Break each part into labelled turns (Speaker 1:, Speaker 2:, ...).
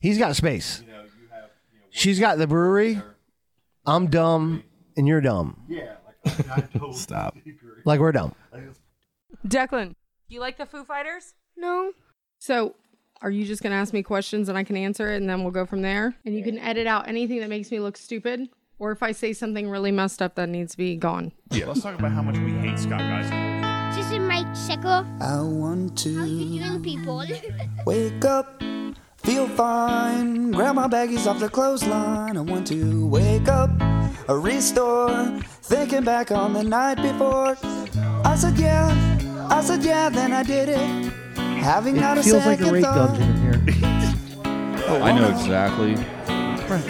Speaker 1: He's got space. She's got the brewery. I'm dumb and you're dumb.
Speaker 2: Yeah, like I totally
Speaker 3: Stop.
Speaker 1: Like we're dumb.
Speaker 4: Declan, do you like the Foo Fighters?
Speaker 5: No. So, are you just going to ask me questions and I can answer it and then we'll go from there? And you can edit out anything that makes me look stupid or if I say something really messed up that needs to be gone.
Speaker 6: Let's talk about how much we hate Scott, guys.
Speaker 7: This is Mike Sickle.
Speaker 8: I want
Speaker 7: How you
Speaker 8: to
Speaker 7: doing, people?
Speaker 8: wake up, feel fine, grab my baggies off the clothesline. I want to wake up, a restore, thinking back on the night before. I said yeah, I said yeah, then I did it. Having not a
Speaker 9: feels like
Speaker 8: second
Speaker 9: a rape
Speaker 8: thought.
Speaker 9: dungeon in here.
Speaker 3: I know exactly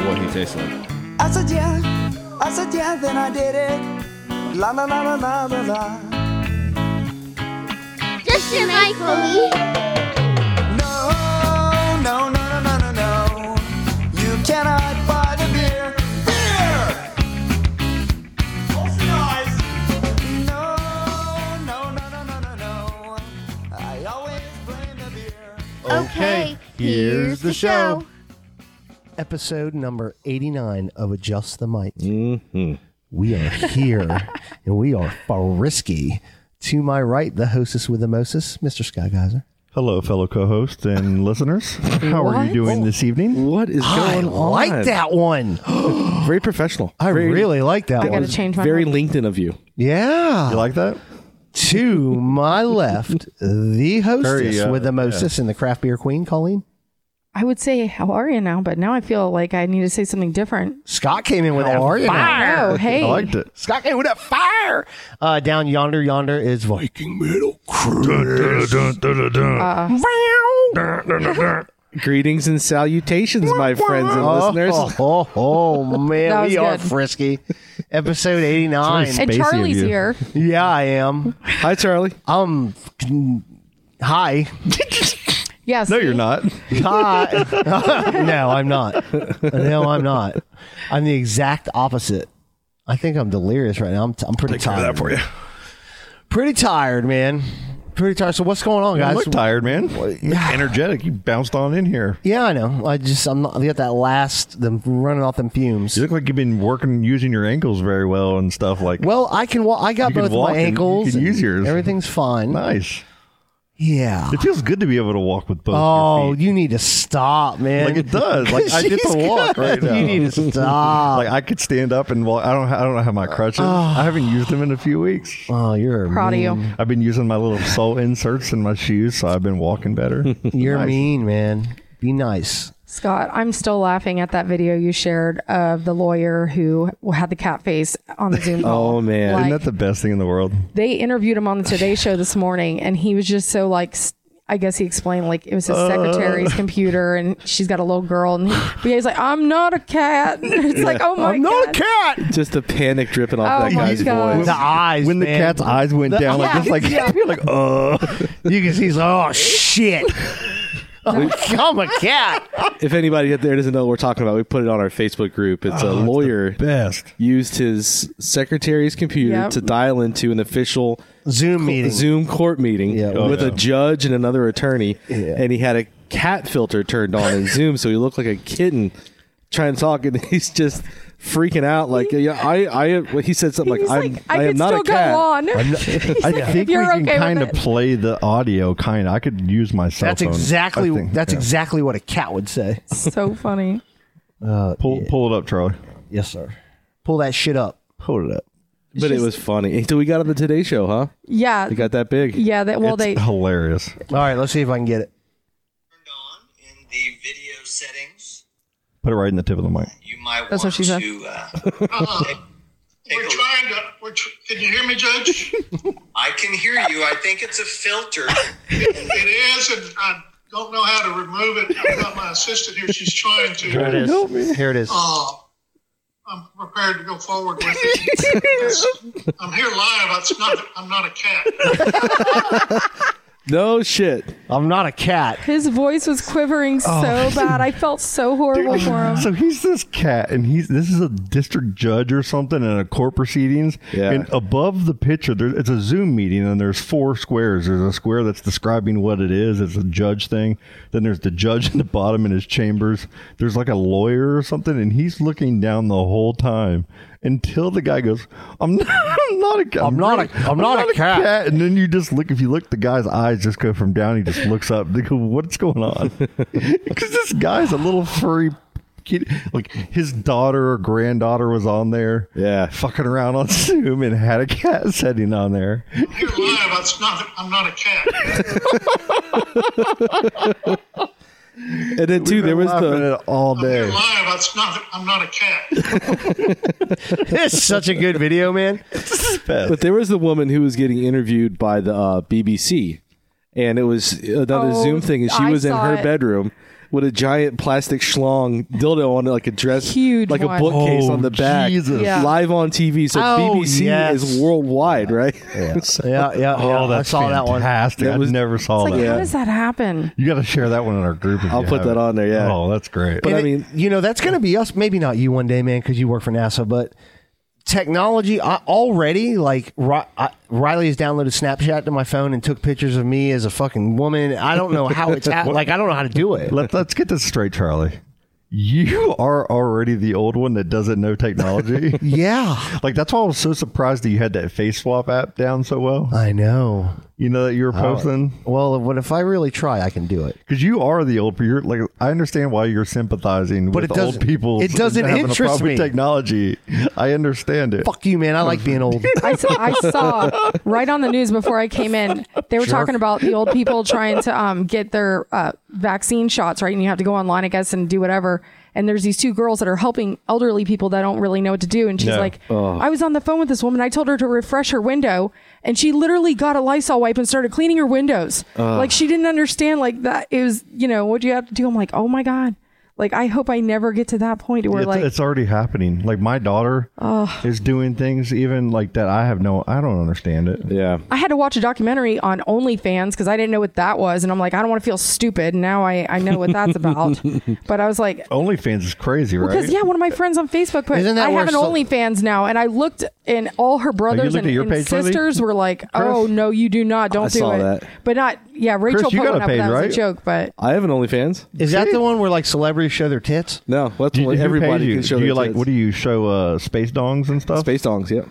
Speaker 3: what he tastes like.
Speaker 8: I said yeah, I said yeah, then I did it. La la la la la la la.
Speaker 7: This is Michael.
Speaker 8: No, no, no, no, no, no, no. You cannot buy the beer. Beer! No, no, no, no, no, no, no. I always blame the beer.
Speaker 7: Okay, here's the show.
Speaker 1: Episode number 89 of Adjust the Mic.
Speaker 3: Mm-hmm.
Speaker 1: We are here and we are frisky. To my right, the hostess with the moses, Mr. Sky Geyser.
Speaker 6: Hello, fellow co-hosts and listeners. How are you doing this evening?
Speaker 1: Oh.
Speaker 3: What is
Speaker 1: I
Speaker 3: going on?
Speaker 1: like that one.
Speaker 3: Very professional.
Speaker 1: I
Speaker 3: very,
Speaker 1: really like that
Speaker 4: I
Speaker 1: one.
Speaker 4: gotta change my
Speaker 3: very
Speaker 4: mind.
Speaker 3: LinkedIn of you.
Speaker 1: Yeah.
Speaker 6: You like that?
Speaker 1: to my left, the hostess
Speaker 6: Very, uh,
Speaker 1: with the moses and the craft beer queen, Colleen.
Speaker 10: I would say how are you now, but now I feel like I need to say something different.
Speaker 1: Scott came in with that fire.
Speaker 10: Oh, hey.
Speaker 6: I liked it.
Speaker 1: Scott came with that fire. Uh, down yonder, yonder is Viking Metal Cruise. Uh,
Speaker 3: Greetings and salutations, my friends and listeners.
Speaker 1: Oh, oh, oh, man,
Speaker 10: That was
Speaker 1: we are
Speaker 10: good.
Speaker 1: frisky. Episode eighty nine.
Speaker 10: And
Speaker 6: Spacey of
Speaker 10: Charlie's
Speaker 6: you.
Speaker 10: here.
Speaker 1: Yeah, I am.
Speaker 3: Hi, Charlie.
Speaker 1: Um, f***ing- hi,
Speaker 10: Yes.
Speaker 6: No, you're not.
Speaker 1: hi. no, I'm not. No, I'm not. I'm the exact opposite. I think I'm delirious right now. I'm, t- I'm pretty
Speaker 6: Cover
Speaker 1: tired.
Speaker 6: that for you.
Speaker 1: Pretty tired, man. Pretty tired. So what's going on,
Speaker 6: I
Speaker 1: guys?
Speaker 6: look tired, man. Look Energetic. You bounced on in here.
Speaker 1: Yeah, I know. I just I'm not. I got that last them running off them fumes.
Speaker 6: You look like you've been working using your ankles very well and stuff like.
Speaker 1: Well, I can walk. I got
Speaker 6: You can
Speaker 1: both of
Speaker 6: walk
Speaker 1: my
Speaker 6: and you
Speaker 1: ankles.
Speaker 6: can
Speaker 1: and
Speaker 6: use yours.
Speaker 1: Everything's fine.
Speaker 6: nice.
Speaker 1: Yeah.
Speaker 6: It feels good to be able to walk with both.
Speaker 1: Oh,
Speaker 6: your feet.
Speaker 1: you need to stop, man.
Speaker 6: like it does. Like I get
Speaker 1: She's
Speaker 6: to walk
Speaker 1: good.
Speaker 6: right now.
Speaker 1: You need to stop.
Speaker 6: like I could stand up and walk. I don't. I don't have my crutches. I haven't used them in a few weeks.
Speaker 1: oh, you're a
Speaker 10: Proud of
Speaker 1: mean.
Speaker 10: you.
Speaker 6: I've been using my little sole inserts in my shoes, so I've been walking better.
Speaker 1: You're mean, man. Be nice.
Speaker 10: Scott, I'm still laughing at that video you shared of the lawyer who had the cat face on the Zoom call.
Speaker 3: Oh, man.
Speaker 10: Like,
Speaker 6: Isn't that the best thing in the world?
Speaker 10: they interviewed him on the Today Show this morning, and he was just so like. s- I guess he explained like it was his
Speaker 3: Uh.
Speaker 10: secretary's computer, and she's got a little girl, and he, but he's like, "I'm not a cat." it's like, "Oh my
Speaker 1: I'm
Speaker 10: god!"
Speaker 1: not a cat.
Speaker 3: Just the panic dripping off
Speaker 10: Oh
Speaker 3: that
Speaker 10: my
Speaker 3: guy's
Speaker 10: God.
Speaker 3: voice.
Speaker 1: The eyes.
Speaker 6: when the
Speaker 1: man.
Speaker 6: cat's eyes went
Speaker 1: The-
Speaker 6: down, like
Speaker 10: Yeah.
Speaker 6: just like you're like, uh.
Speaker 1: you can see. He's like, oh shit. I'm a cat.
Speaker 3: If anybody out there doesn't know what we're talking about, we put it on our Facebook group. Oh, It's a lawyer
Speaker 6: best.
Speaker 3: used his secretary's computer
Speaker 10: Yep.
Speaker 3: to dial into an official
Speaker 1: Zoom meeting.
Speaker 3: Zoom court meeting
Speaker 1: Yeah, well,
Speaker 3: with
Speaker 6: yeah.
Speaker 3: a judge and another attorney, and he had a cat filter turned on in Zoom, so he looked like a kitten trying to talk, and he's just freaking out. Like, yeah, I, I, well, he said something like,
Speaker 10: He's
Speaker 3: I'm,
Speaker 10: like,
Speaker 3: I,
Speaker 10: I,
Speaker 3: am
Speaker 10: could
Speaker 3: not
Speaker 10: still
Speaker 3: a cat.
Speaker 10: go on.
Speaker 6: I
Speaker 10: like,
Speaker 6: think
Speaker 10: "If you're
Speaker 6: we can
Speaker 10: okay with
Speaker 6: kind of
Speaker 10: it."
Speaker 6: play the audio. Kind, I could use my cell
Speaker 1: That's
Speaker 6: phone.
Speaker 1: exactly.
Speaker 6: I think,
Speaker 1: that's
Speaker 6: yeah.
Speaker 1: exactly what a cat would say.
Speaker 10: so funny.
Speaker 6: Pull, pull it up, Charlie.
Speaker 1: Yes, sir. Pull that shit up.
Speaker 6: Pull it up.
Speaker 3: But it was funny. So we got on the Today Show, huh?
Speaker 10: Yeah.
Speaker 3: It got that big.
Speaker 10: Yeah, that well
Speaker 6: it's
Speaker 10: they
Speaker 6: hilarious.
Speaker 1: All right, let's see if I can get it.
Speaker 11: turned on in the video settings.
Speaker 6: Put it right in the tip of the mic.
Speaker 11: You might
Speaker 10: That's what
Speaker 11: want
Speaker 10: she said.
Speaker 11: to. Uh, take, take a
Speaker 2: We're
Speaker 11: look.
Speaker 2: trying to. We're tr- can you hear me, Judge?
Speaker 11: I can hear you. I think it's a filter.
Speaker 2: it is, and I don't know how to remove it. I've got my assistant here. She's trying to.
Speaker 1: it is. Here it is.
Speaker 2: Uh, I'm prepared to go forward with it. Yes, I'm here live. It's not, I'm not a cat.
Speaker 3: No shit.
Speaker 1: I'm not a cat.
Speaker 10: His voice was quivering so
Speaker 6: Oh.
Speaker 10: bad. I felt so horrible for him.
Speaker 6: So he's this cat, and he's this is a district judge or something in a court proceedings.
Speaker 3: Yeah.
Speaker 6: And above the picture, there, it's a Zoom meeting, and there's four squares. There's a square that's describing what it is. It's a judge thing. Then there's the judge in the bottom in his chambers. There's like a lawyer or something, and he's looking down the whole time until the guy goes, "I'm not, I'm not a cat.
Speaker 1: I'm not a- I'm not a cat."
Speaker 6: And then you just look. If you look, the guy's eyes just go from down. He just looks up. They go, "What's going on?" Because this guy's a little furry kid. Like his daughter or granddaughter was on there,
Speaker 3: Yeah.
Speaker 6: fucking around on Zoom and had a cat sitting on there.
Speaker 2: You're lying about it's not, I'm not a cat.
Speaker 3: And then too, there was
Speaker 6: Laughing
Speaker 3: the
Speaker 6: at it all
Speaker 2: You're
Speaker 6: day.
Speaker 2: lying about it's not, I'm not a cat.
Speaker 1: It's such a good video, man.
Speaker 3: but there was the woman who was getting interviewed by the uh, BBC, and it was another
Speaker 10: Oh,
Speaker 3: Zoom thing, and she
Speaker 10: I
Speaker 3: was in
Speaker 10: saw
Speaker 3: her
Speaker 10: it.
Speaker 3: bedroom with a giant plastic schlong dildo on it, like a dress,
Speaker 10: Huge
Speaker 3: like
Speaker 10: one.
Speaker 3: a bookcase
Speaker 6: Oh,
Speaker 3: on the back,
Speaker 6: Jesus.
Speaker 10: Yeah.
Speaker 3: live on TV. So
Speaker 1: Oh,
Speaker 3: BBC
Speaker 1: yes.
Speaker 3: is worldwide, right? So
Speaker 1: Yeah, yeah. yeah.
Speaker 6: Oh, that's
Speaker 1: I saw that one.
Speaker 6: fantastic.
Speaker 3: That
Speaker 6: I
Speaker 3: was-
Speaker 6: never saw
Speaker 10: It's like,
Speaker 6: that.
Speaker 10: how does that happen?
Speaker 6: You got to share that one in our group. if
Speaker 3: I'll
Speaker 6: you
Speaker 3: put
Speaker 6: have
Speaker 3: that
Speaker 6: it.
Speaker 3: on there, yeah.
Speaker 6: Oh, that's great.
Speaker 3: But I
Speaker 1: And it-
Speaker 3: mean,
Speaker 1: you know, that's going to be us. Maybe not you one day, man, because you work for NASA. But technology I, already, like Ri- I, Riley has downloaded Snapchat to my phone and took pictures of me as a fucking woman. I don't know how it's at, like. I don't know how to do it.
Speaker 6: Let, let's get this straight, Charlie. You are already the old one that doesn't know technology.
Speaker 1: Yeah,
Speaker 6: Like that's why I was so surprised that you had that face swap app down so well.
Speaker 1: I know.
Speaker 6: You know that you were posting
Speaker 1: Well, what if I really try? I can do it.
Speaker 6: because you are the old. You're like I understand why you're sympathizing
Speaker 1: But
Speaker 6: with
Speaker 1: it doesn't-
Speaker 6: old people.
Speaker 1: it doesn't
Speaker 6: having a
Speaker 1: interest
Speaker 6: problem
Speaker 1: me.
Speaker 6: With technology, I understand it.
Speaker 1: Fuck you, man. I like being old.
Speaker 10: I, s- I saw right on the news before I came in, they were talking about the old people trying to um, get their uh, vaccine shots, right? And you have to go online, I guess, and do whatever. And there's these two girls that are helping elderly people that don't really know what to do. And she's
Speaker 6: Yeah.
Speaker 10: like, I was on the phone with this woman. I told her to refresh her window, and she literally got a Lysol wipe and started cleaning her windows. like she didn't understand, like that is, you know, what do you have to do? I'm like, oh my god. Like I hope I never get to that point where
Speaker 6: It's,
Speaker 10: like
Speaker 6: it's already happening. Like my daughter is doing things even like that. I have no. I don't understand it.
Speaker 3: yeah.
Speaker 10: I had to watch a documentary on OnlyFans because I didn't know what that was, and I'm like, I don't want to feel stupid. Now I, I know what that's about. but I was like,
Speaker 6: OnlyFans is crazy,
Speaker 10: because
Speaker 6: Oh, right?
Speaker 10: yeah, one of my friends on Facebook put,
Speaker 1: Isn't that
Speaker 10: I
Speaker 1: where
Speaker 10: have an
Speaker 1: so-
Speaker 10: OnlyFans now, and I looked, and all her brothers
Speaker 6: Oh, looked
Speaker 10: and,
Speaker 6: at your
Speaker 10: and
Speaker 6: page, Lily?
Speaker 10: sisters were like, Oh no, you do not, don't
Speaker 3: I
Speaker 10: do
Speaker 3: saw
Speaker 10: it.
Speaker 3: that.
Speaker 10: But not, yeah, Rachel
Speaker 6: Chris, you
Speaker 10: put
Speaker 6: got
Speaker 10: one
Speaker 6: a
Speaker 10: up,
Speaker 6: page,
Speaker 10: that
Speaker 6: right?
Speaker 10: was a joke, but
Speaker 3: I have an OnlyFans.
Speaker 1: Is that the one where like celebrities show their tits?
Speaker 3: No, that's
Speaker 6: Do you-
Speaker 3: what
Speaker 6: who
Speaker 3: everybody
Speaker 6: pays you?
Speaker 3: can show.
Speaker 6: Do you
Speaker 3: their
Speaker 6: like?
Speaker 3: tits.
Speaker 6: What do you show? Uh, space dongs and stuff.
Speaker 3: Space dongs, yeah.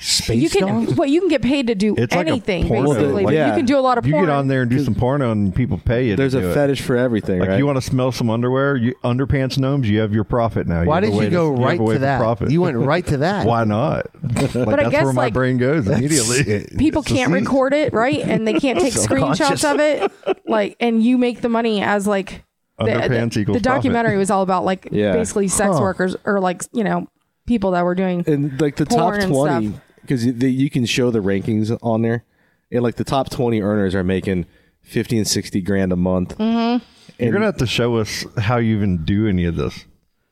Speaker 1: Space
Speaker 10: you can,
Speaker 1: dong?
Speaker 10: well, you can get paid to do
Speaker 6: It's like a
Speaker 10: anything
Speaker 6: porno,
Speaker 10: basically.
Speaker 3: like-
Speaker 10: but
Speaker 3: yeah.
Speaker 10: You can do a lot of
Speaker 6: You
Speaker 10: porn.
Speaker 6: get on there and do some porno, and people pay you. to
Speaker 3: There's
Speaker 6: do
Speaker 3: a
Speaker 6: it.
Speaker 3: fetish for everything,
Speaker 6: Like
Speaker 3: right?
Speaker 6: you want to smell some underwear? You underpants gnomes. You have your profit now.
Speaker 1: Why
Speaker 6: have a
Speaker 1: did
Speaker 6: way
Speaker 1: you go
Speaker 6: have
Speaker 1: right
Speaker 6: a way
Speaker 1: to
Speaker 6: for
Speaker 1: that?
Speaker 6: Profit.
Speaker 1: You went right to that.
Speaker 6: Why not? Like
Speaker 10: I
Speaker 6: that's
Speaker 10: guess,
Speaker 6: where my
Speaker 10: like,
Speaker 6: brain goes immediately.
Speaker 10: people can't record it right and they can't take
Speaker 1: Subconscious.
Speaker 10: screenshots of it like and you make the money as like the,
Speaker 6: Underpants
Speaker 10: the,
Speaker 6: equals
Speaker 10: the documentary was all about like
Speaker 3: Yeah.
Speaker 10: basically sex
Speaker 1: Huh.
Speaker 10: workers or like you know people that were doing
Speaker 3: and like the top
Speaker 10: porn and stuff.
Speaker 3: twenty because you, the- you can show the rankings on there, and like the top twenty earners are making fifty and sixty grand a month.
Speaker 6: You're gonna have to show us how you even do any of this.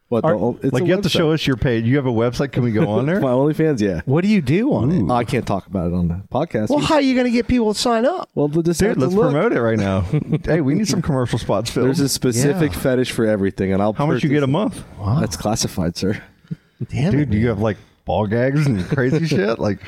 Speaker 3: But the o- it's
Speaker 6: like
Speaker 3: a
Speaker 6: you have to
Speaker 3: website.
Speaker 6: show us your page. You have a website. Can we go on there?
Speaker 3: my OnlyFans. Yeah,
Speaker 1: What do you do on
Speaker 6: Mm.
Speaker 1: it?
Speaker 3: I can't talk about it on the podcast.
Speaker 1: Well, how are you going to get people to sign up?
Speaker 3: well, we'll just have
Speaker 6: Dude,
Speaker 3: to
Speaker 6: let's
Speaker 3: look.
Speaker 6: promote it right now. hey, we need some commercial spots filled.
Speaker 3: There's a specific
Speaker 1: Yeah.
Speaker 3: fetish for everything, and I'll
Speaker 6: how much you get a month,
Speaker 3: month? That's classified, sir.
Speaker 1: Damn
Speaker 6: dude?
Speaker 1: it,
Speaker 6: Do you have like ball gags and crazy shit? Like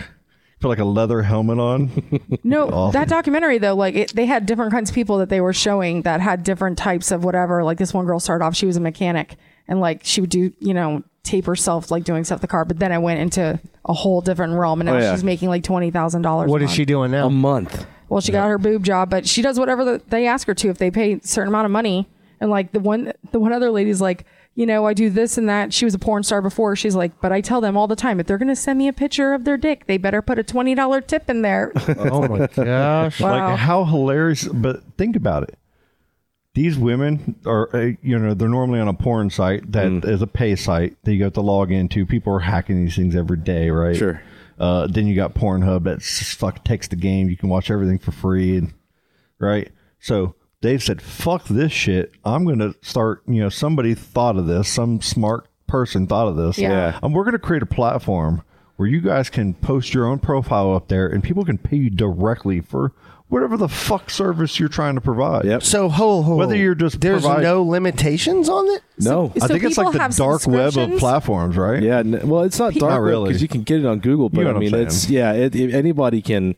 Speaker 6: put like a leather helmet on.
Speaker 10: no
Speaker 6: Awful.
Speaker 10: that documentary though like it, they had different kinds of people that they were showing that had different types of whatever like this one girl started off she was a mechanic and like she would do you know tape herself like doing stuff to the car but then i went into a whole different realm and now
Speaker 3: Oh, yeah.
Speaker 10: she's making like $20000
Speaker 1: What is she doing now?
Speaker 3: A month.
Speaker 10: Well, she got her boob job, but she does whatever the, they ask her to if they pay a certain amount of money. And like the one, the one other lady's like, you know, I do this and that. She was a porn star before. She's like, but I tell them all the time if they're gonna send me a picture of their dick, they better put a twenty dollar tip in there.
Speaker 1: oh my gosh!
Speaker 10: Wow.
Speaker 6: Like how hilarious! But think about it. These women are, uh, you know, they're normally on a porn site that is a pay site that you have to log into. People are hacking these things every day, right?
Speaker 3: Sure.
Speaker 6: Uh, then you got Pornhub that just fuck takes the game. You can watch everything for free, and right. So they've said, "Fuck this shit." I'm going to start. You know, somebody thought of this. Some smart person thought of this.
Speaker 10: Yeah.
Speaker 6: And we're going to create a platform where you guys can post your own profile up there and people can pay you directly for whatever the fuck service you're trying to provide. Yep.
Speaker 1: So whole whole
Speaker 6: whether you're just
Speaker 1: there's
Speaker 6: provide-
Speaker 1: no limitations on it.
Speaker 3: No,
Speaker 6: I think it's like the dark web of platforms, right?
Speaker 3: Yeah, n- well, it's not
Speaker 6: Pe-
Speaker 3: dark
Speaker 6: Not really.
Speaker 3: because you can get it on Google, but
Speaker 6: know
Speaker 3: I
Speaker 6: what I'm
Speaker 3: mean,
Speaker 6: saying.
Speaker 3: it's yeah, it, it- anybody can.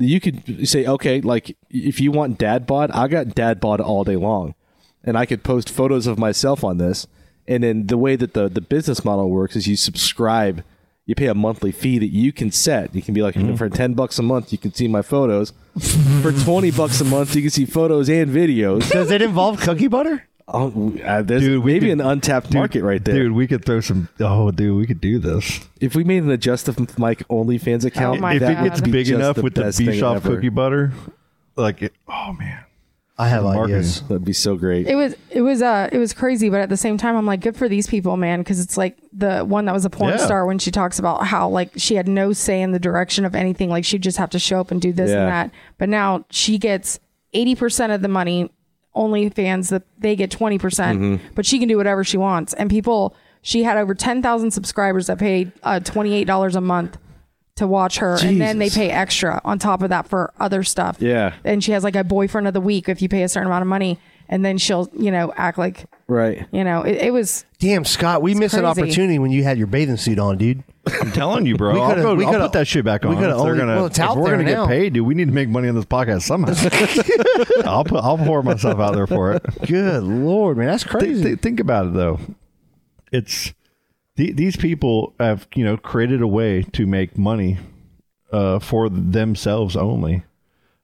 Speaker 3: You could say, okay, like if you want dad bod, I got dad bod all day long, and I could post photos of myself on this. And then the way that the the business model works is you subscribe, you pay a monthly fee that you can set. You can be like,
Speaker 6: Mm-hmm.
Speaker 3: for ten bucks a month, you can see my photos. for twenty bucks a month, you can see photos and videos.
Speaker 1: Does it involve cookie butter?
Speaker 3: Oh, uh, there's maybe an untapped market right there.
Speaker 6: Dude, we could throw some. Oh, dude, we could do this.
Speaker 3: If we made an adjust of Mike OnlyFans account,
Speaker 10: Oh my
Speaker 6: if
Speaker 10: God.
Speaker 6: it gets
Speaker 10: That'd be
Speaker 6: big
Speaker 3: just
Speaker 6: enough
Speaker 3: the
Speaker 6: with the
Speaker 3: best thing
Speaker 6: B shop
Speaker 3: ever.
Speaker 6: cookie butter, like it, oh man,
Speaker 1: I have
Speaker 6: Marketing.
Speaker 1: ideas.
Speaker 3: that'd be so great.
Speaker 10: It was it was uh it was crazy, but at the same time, I'm like, good for these people, man, because it's like the one that was a porn
Speaker 6: Yeah.
Speaker 10: star when she talks about how like she had no say in the direction of anything, like she'd just have to show up and do this
Speaker 3: Yeah.
Speaker 10: and that. But now she gets eighty percent of the money. OnlyFans that they get twenty percent, but she can do whatever she wants. And people, she had over ten thousand subscribers that paid uh, twenty eight dollars a month to watch her, and then they
Speaker 6: Jesus.
Speaker 10: pay extra on top of that for other stuff
Speaker 3: Yeah.
Speaker 10: and she has like a boyfriend of the week if you pay a certain amount of money and then she'll you know act like
Speaker 3: Right.
Speaker 10: you know it, it was
Speaker 1: Damn, Scott, we missed an
Speaker 10: crazy.
Speaker 1: opportunity when you had your bathing suit on, dude.
Speaker 6: I'm telling you, bro.
Speaker 1: We
Speaker 6: I'll,
Speaker 1: coulda-
Speaker 6: go,
Speaker 1: we
Speaker 6: I'll
Speaker 1: coulda-
Speaker 6: put that shit back
Speaker 1: we
Speaker 6: on.
Speaker 1: coulda
Speaker 6: If they're
Speaker 1: only-
Speaker 6: gonna,
Speaker 1: well, it's
Speaker 6: if
Speaker 1: out
Speaker 6: we're
Speaker 1: there
Speaker 6: gonna
Speaker 1: now.
Speaker 6: get paid, dude. We need to make money on this podcast somehow. I'll put, I'll pour myself out there for it.
Speaker 1: Good lord, man, that's crazy.
Speaker 6: Think, think, think about it though. It's the, these people have you know created a way to make money uh, for themselves only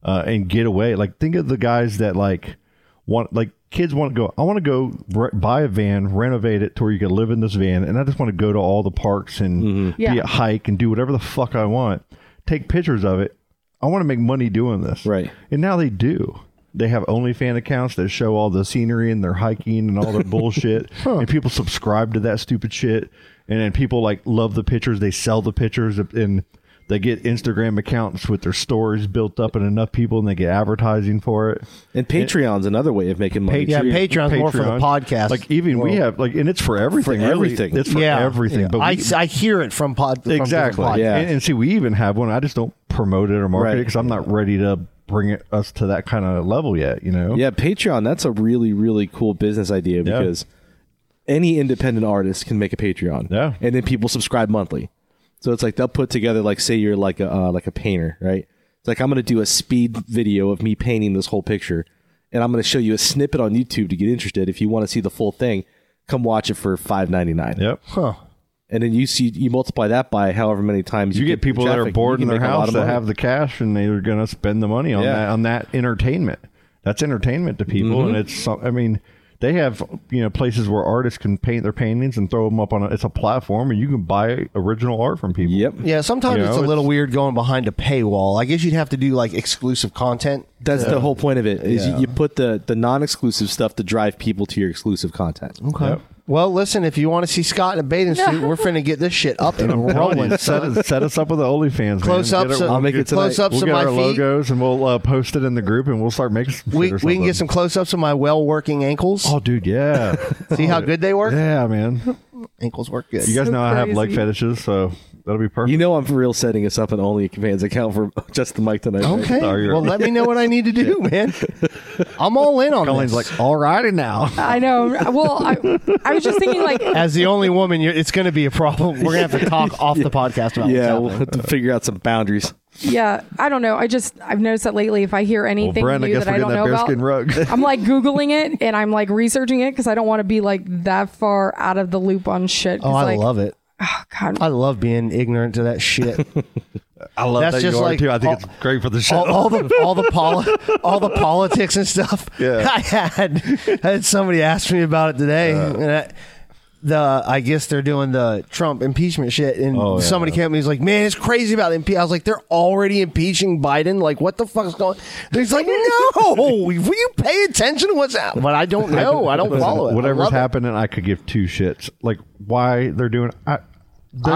Speaker 6: uh, and get away. Like think of the guys that like want like kids want to go. I want to go re- buy a van, renovate it to where you can live in this van, and I just want to go to all the parks and be
Speaker 10: Yeah.
Speaker 6: at hike and do whatever the fuck I want. Take pictures of it. I want to make money doing this.
Speaker 3: Right.
Speaker 6: And now they do. They have OnlyFans accounts that show all the scenery and their hiking and all their bullshit. And people subscribe to that stupid shit. And then people like love the pictures. They sell the pictures and they get Instagram accounts with their stories built up and enough people and they get advertising for it.
Speaker 3: And Patreon's another way of making money.
Speaker 1: Yeah, Patreon's more for the podcast.
Speaker 6: Like even we have like and it's for everything. really.
Speaker 3: everything.
Speaker 6: It's for everything.
Speaker 1: Yeah.
Speaker 6: But
Speaker 1: I,
Speaker 6: we,
Speaker 1: I hear it from pod from different
Speaker 6: exactly.
Speaker 1: podcasts.
Speaker 3: Yeah.
Speaker 6: And, and see, we even have one. I just don't promote it or market it
Speaker 3: Right.
Speaker 6: because I'm not ready to bring it us to that kind of level yet. You know.
Speaker 3: Yeah, Patreon, that's a really, really cool business idea
Speaker 6: Yeah.
Speaker 3: because any independent artist can make a Patreon.
Speaker 6: Yeah.
Speaker 3: And then people subscribe monthly. So it's like they'll put together like say you're like a uh, like a painter, right? It's like I'm gonna do a speed video of me painting this whole picture and I'm gonna show you a snippet on YouTube to get interested. If you want to see the full thing, come watch it for five ninety nine.
Speaker 6: Yep.
Speaker 1: Huh.
Speaker 3: And then you see you multiply that by however many times
Speaker 6: You, get
Speaker 3: the
Speaker 6: people that are
Speaker 3: traffic,
Speaker 6: bored
Speaker 3: you
Speaker 6: in
Speaker 3: can
Speaker 6: their
Speaker 3: make a lot
Speaker 6: house
Speaker 3: of
Speaker 6: that
Speaker 3: money.
Speaker 6: have the cash and they're going to spend the money on
Speaker 3: Yeah. Mm-hmm.
Speaker 6: that on that entertainment. That's entertainment to people, and it's. some- I mean, they have you know places where artists can paint their paintings and throw them up on. A, it's a platform, and you can buy original art from people.
Speaker 3: Yep.
Speaker 1: Yeah, sometimes
Speaker 6: You
Speaker 1: it's
Speaker 6: know,
Speaker 1: a little
Speaker 6: it's-
Speaker 1: weird going behind a paywall. I guess you'd have to do like exclusive content.
Speaker 3: That's the whole point of it. Is
Speaker 6: Yeah.
Speaker 3: you, you put the the non exclusive stuff to drive people to your exclusive content.
Speaker 1: Okay. Well, listen, if you want to see Scott in a bathing suit, we're finna get this shit up and rolling.
Speaker 6: set,
Speaker 1: son.
Speaker 6: us- set us up with the OnlyFans.
Speaker 1: Close
Speaker 6: man.
Speaker 1: up,
Speaker 6: Get our-
Speaker 1: so,
Speaker 3: I'll make it tonight.
Speaker 1: close ups
Speaker 6: we'll
Speaker 1: of
Speaker 6: get
Speaker 1: my
Speaker 6: our
Speaker 1: feet.
Speaker 6: logos and we'll uh, post it in the group, and we'll start making. Some shit
Speaker 1: We,
Speaker 6: or
Speaker 1: we can get some
Speaker 6: something.
Speaker 1: close ups of my well working ankles.
Speaker 6: Oh, dude, yeah.
Speaker 1: See how good they work?
Speaker 6: yeah, man.
Speaker 1: Ankles work good.
Speaker 6: You guys
Speaker 10: So
Speaker 6: know I have leg
Speaker 10: crazy.
Speaker 6: fetishes, so that'll be perfect.
Speaker 3: You know I'm for real setting us up an only fans account for just the mic tonight. right?
Speaker 1: okay.
Speaker 6: Sorry,
Speaker 1: Well,
Speaker 6: you're-
Speaker 1: let me know what I need to do, man. I'm all in on
Speaker 6: Colleen's
Speaker 1: this.
Speaker 6: like, alrighty now.
Speaker 10: i know well i, I was just thinking like
Speaker 1: As the only woman, you're, it's going to be a problem. We're going to have to talk off the podcast about
Speaker 3: Yeah, we'll
Speaker 1: what's happening.
Speaker 3: have to figure out some boundaries.
Speaker 10: yeah i don't know i just i've noticed that lately if i hear
Speaker 6: Well,
Speaker 10: anything
Speaker 6: Brent, I
Speaker 10: new
Speaker 6: guess
Speaker 10: that
Speaker 6: we're
Speaker 10: i
Speaker 6: getting
Speaker 10: don't know
Speaker 6: that bearskin
Speaker 10: about
Speaker 6: rug.
Speaker 10: i'm like googling it and i'm like researching it because i don't want to be like that far out of the loop on shit 'cause,
Speaker 1: Oh, I
Speaker 10: like,
Speaker 1: love it.
Speaker 10: God,
Speaker 1: I love being ignorant to that shit.
Speaker 6: I love
Speaker 1: That's
Speaker 6: that
Speaker 1: just
Speaker 6: you are
Speaker 1: like
Speaker 6: too. I think
Speaker 1: all-
Speaker 6: it's great for the show.
Speaker 1: all, all the all the poli- all the politics and stuff.
Speaker 6: Yeah.
Speaker 1: I had I had somebody ask me about it today.
Speaker 6: Uh.
Speaker 1: and I, the I guess they're doing the Trump impeachment shit, and
Speaker 6: Oh, yeah.
Speaker 1: somebody came up and he's like, "Man, it's crazy about the impe-" I was like, "They're already impeaching Biden. Like, what the fuck's going?" And he's like, "No, will you pay attention to what's out?" But I don't know. I don't follow it. I
Speaker 6: Whatever's
Speaker 1: love it.
Speaker 6: happening, I could give two shits. Like why they're doing. I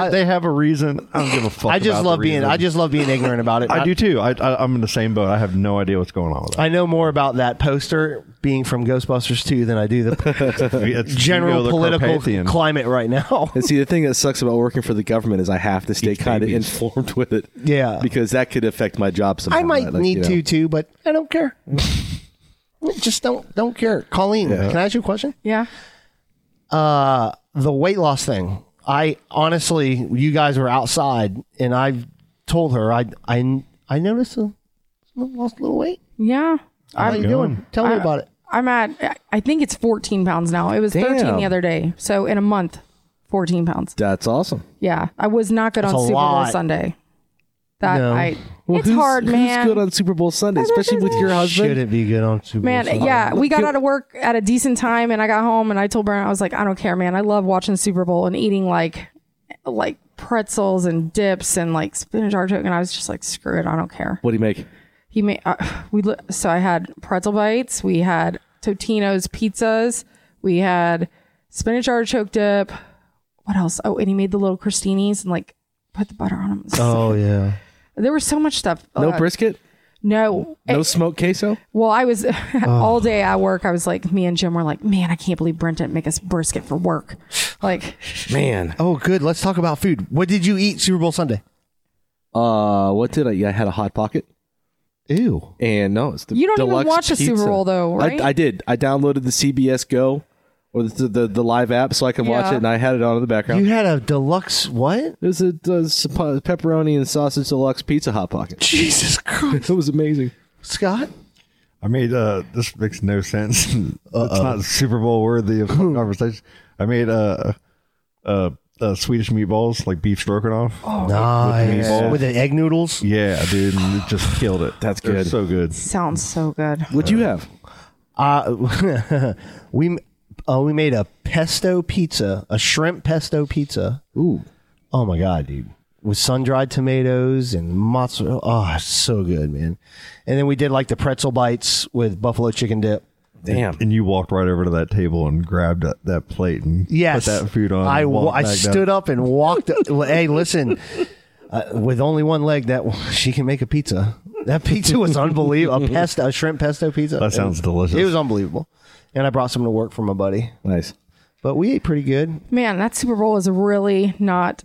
Speaker 6: They- they have a reason. I don't give a fuck.
Speaker 1: I just
Speaker 6: about the
Speaker 1: love being.
Speaker 6: reason.
Speaker 1: I just love being ignorant about it.
Speaker 6: I do too. I, I, I'm in the same boat. I have no idea what's going on with that.
Speaker 1: I know more about that poster being from Ghostbusters 2 than I do the
Speaker 6: It's Hugo
Speaker 1: general
Speaker 6: the
Speaker 1: political
Speaker 6: Carpathian.
Speaker 1: climate right now.
Speaker 3: And see, the thing that sucks about working for the government is I have to stay kind of informed with it.
Speaker 1: Yeah.
Speaker 3: Because that could affect my job somehow.
Speaker 1: I might
Speaker 3: right? Like,
Speaker 1: need
Speaker 3: you know.
Speaker 1: to too, but I don't care. Just don't don't care. Colleen, can I ask you a question?
Speaker 10: Yeah.
Speaker 1: Uh, the weight loss thing. I honestly, you guys were outside, and I told her I I I noticed a lost a little weight.
Speaker 10: Yeah.
Speaker 1: How you doing? Tell me
Speaker 10: I-
Speaker 1: about it.
Speaker 10: I'm at, I think it's 14 pounds now. It was 13
Speaker 3: Damn.
Speaker 10: the other day. So in a month, 14 pounds.
Speaker 3: That's awesome.
Speaker 10: Yeah. I was not good
Speaker 1: That's
Speaker 10: on
Speaker 1: a
Speaker 10: Super
Speaker 1: lot.
Speaker 10: Bowl Sunday. That
Speaker 1: No.
Speaker 10: I,
Speaker 3: Well,
Speaker 10: it's
Speaker 3: who's-
Speaker 10: hard, man.
Speaker 3: Who's good on Super Bowl Sunday, especially with your husband?
Speaker 1: Should it be good on Super Bowl
Speaker 10: Man,
Speaker 1: Sunday?
Speaker 10: yeah, we got out of work at a decent time, and I got home, and I told Brian, I was like, I don't care, man. I love watching the Super Bowl and eating like, like pretzels and dips and like spinach artichoke, and I was just like, screw it, I don't care.
Speaker 3: What do you make?
Speaker 10: He made uh, we li- so I had pretzel bites, we had Totino's pizzas, we had spinach artichoke dip. What else? Oh, and he made the little crostinis and like put the butter on them.
Speaker 1: Oh yeah.
Speaker 10: There was so much stuff.
Speaker 3: No
Speaker 10: Uh,
Speaker 3: brisket?
Speaker 10: No.
Speaker 3: No smoked queso?
Speaker 10: Well, I was all day at work. I was like, me and Jim were like, man, I can't believe Brent didn't make us brisket for work. Like,
Speaker 3: Man.
Speaker 1: Oh, good. Let's talk about food. What did you eat Super Bowl Sunday?
Speaker 3: Uh, what did I? Yeah, I had a hot pocket,
Speaker 1: Ew.
Speaker 3: and no, it's the
Speaker 10: You don't even
Speaker 3: deluxe
Speaker 10: watch the Super
Speaker 3: pizza.
Speaker 10: Bowl, though,
Speaker 3: I-
Speaker 10: right?
Speaker 3: I, did. I downloaded the CBS Go or the the, the live app so I could watch
Speaker 10: Yeah.
Speaker 3: it, and I had it on in the background.
Speaker 1: You had a deluxe what?
Speaker 3: it was a, uh, sup- pepperoni and sausage deluxe pizza hot pocket.
Speaker 1: Jesus Christ,
Speaker 3: it was amazing.
Speaker 1: Scott.
Speaker 6: I made uh, this makes no sense. it's not Super Bowl worthy of conversation. I made uh, uh, uh, Swedish meatballs like beef stroganoff.
Speaker 1: Nice.
Speaker 6: meatballs.
Speaker 1: With the egg noodles.
Speaker 6: Yeah, dude, and it just killed it.
Speaker 3: That's
Speaker 6: They're
Speaker 3: good.
Speaker 6: So good.
Speaker 10: sounds so good.
Speaker 3: What'd you have?
Speaker 1: Uh, we uh, we made a pesto pizza, a shrimp pesto pizza.
Speaker 3: Ooh,
Speaker 1: Oh my god, dude! With sun dried tomatoes and mozzarella. Oh, it's so good, man! And then we did like the pretzel bites with buffalo chicken dip.
Speaker 3: damn.
Speaker 6: And you walked right over to that table and grabbed that, that plate and
Speaker 1: Yes,
Speaker 6: put that food on.
Speaker 1: I
Speaker 6: and
Speaker 1: wa-
Speaker 6: walked
Speaker 1: I
Speaker 6: back down.
Speaker 1: stood up and walked. hey, listen. Uh, with only one leg, that she can make a pizza. That pizza was unbelievable. A pesto, a shrimp pesto pizza.
Speaker 6: That sounds
Speaker 1: It-
Speaker 6: delicious.
Speaker 1: It was unbelievable. And I brought some to work for my buddy.
Speaker 3: Nice.
Speaker 1: But we ate pretty good.
Speaker 10: Man, that Super Bowl is really not,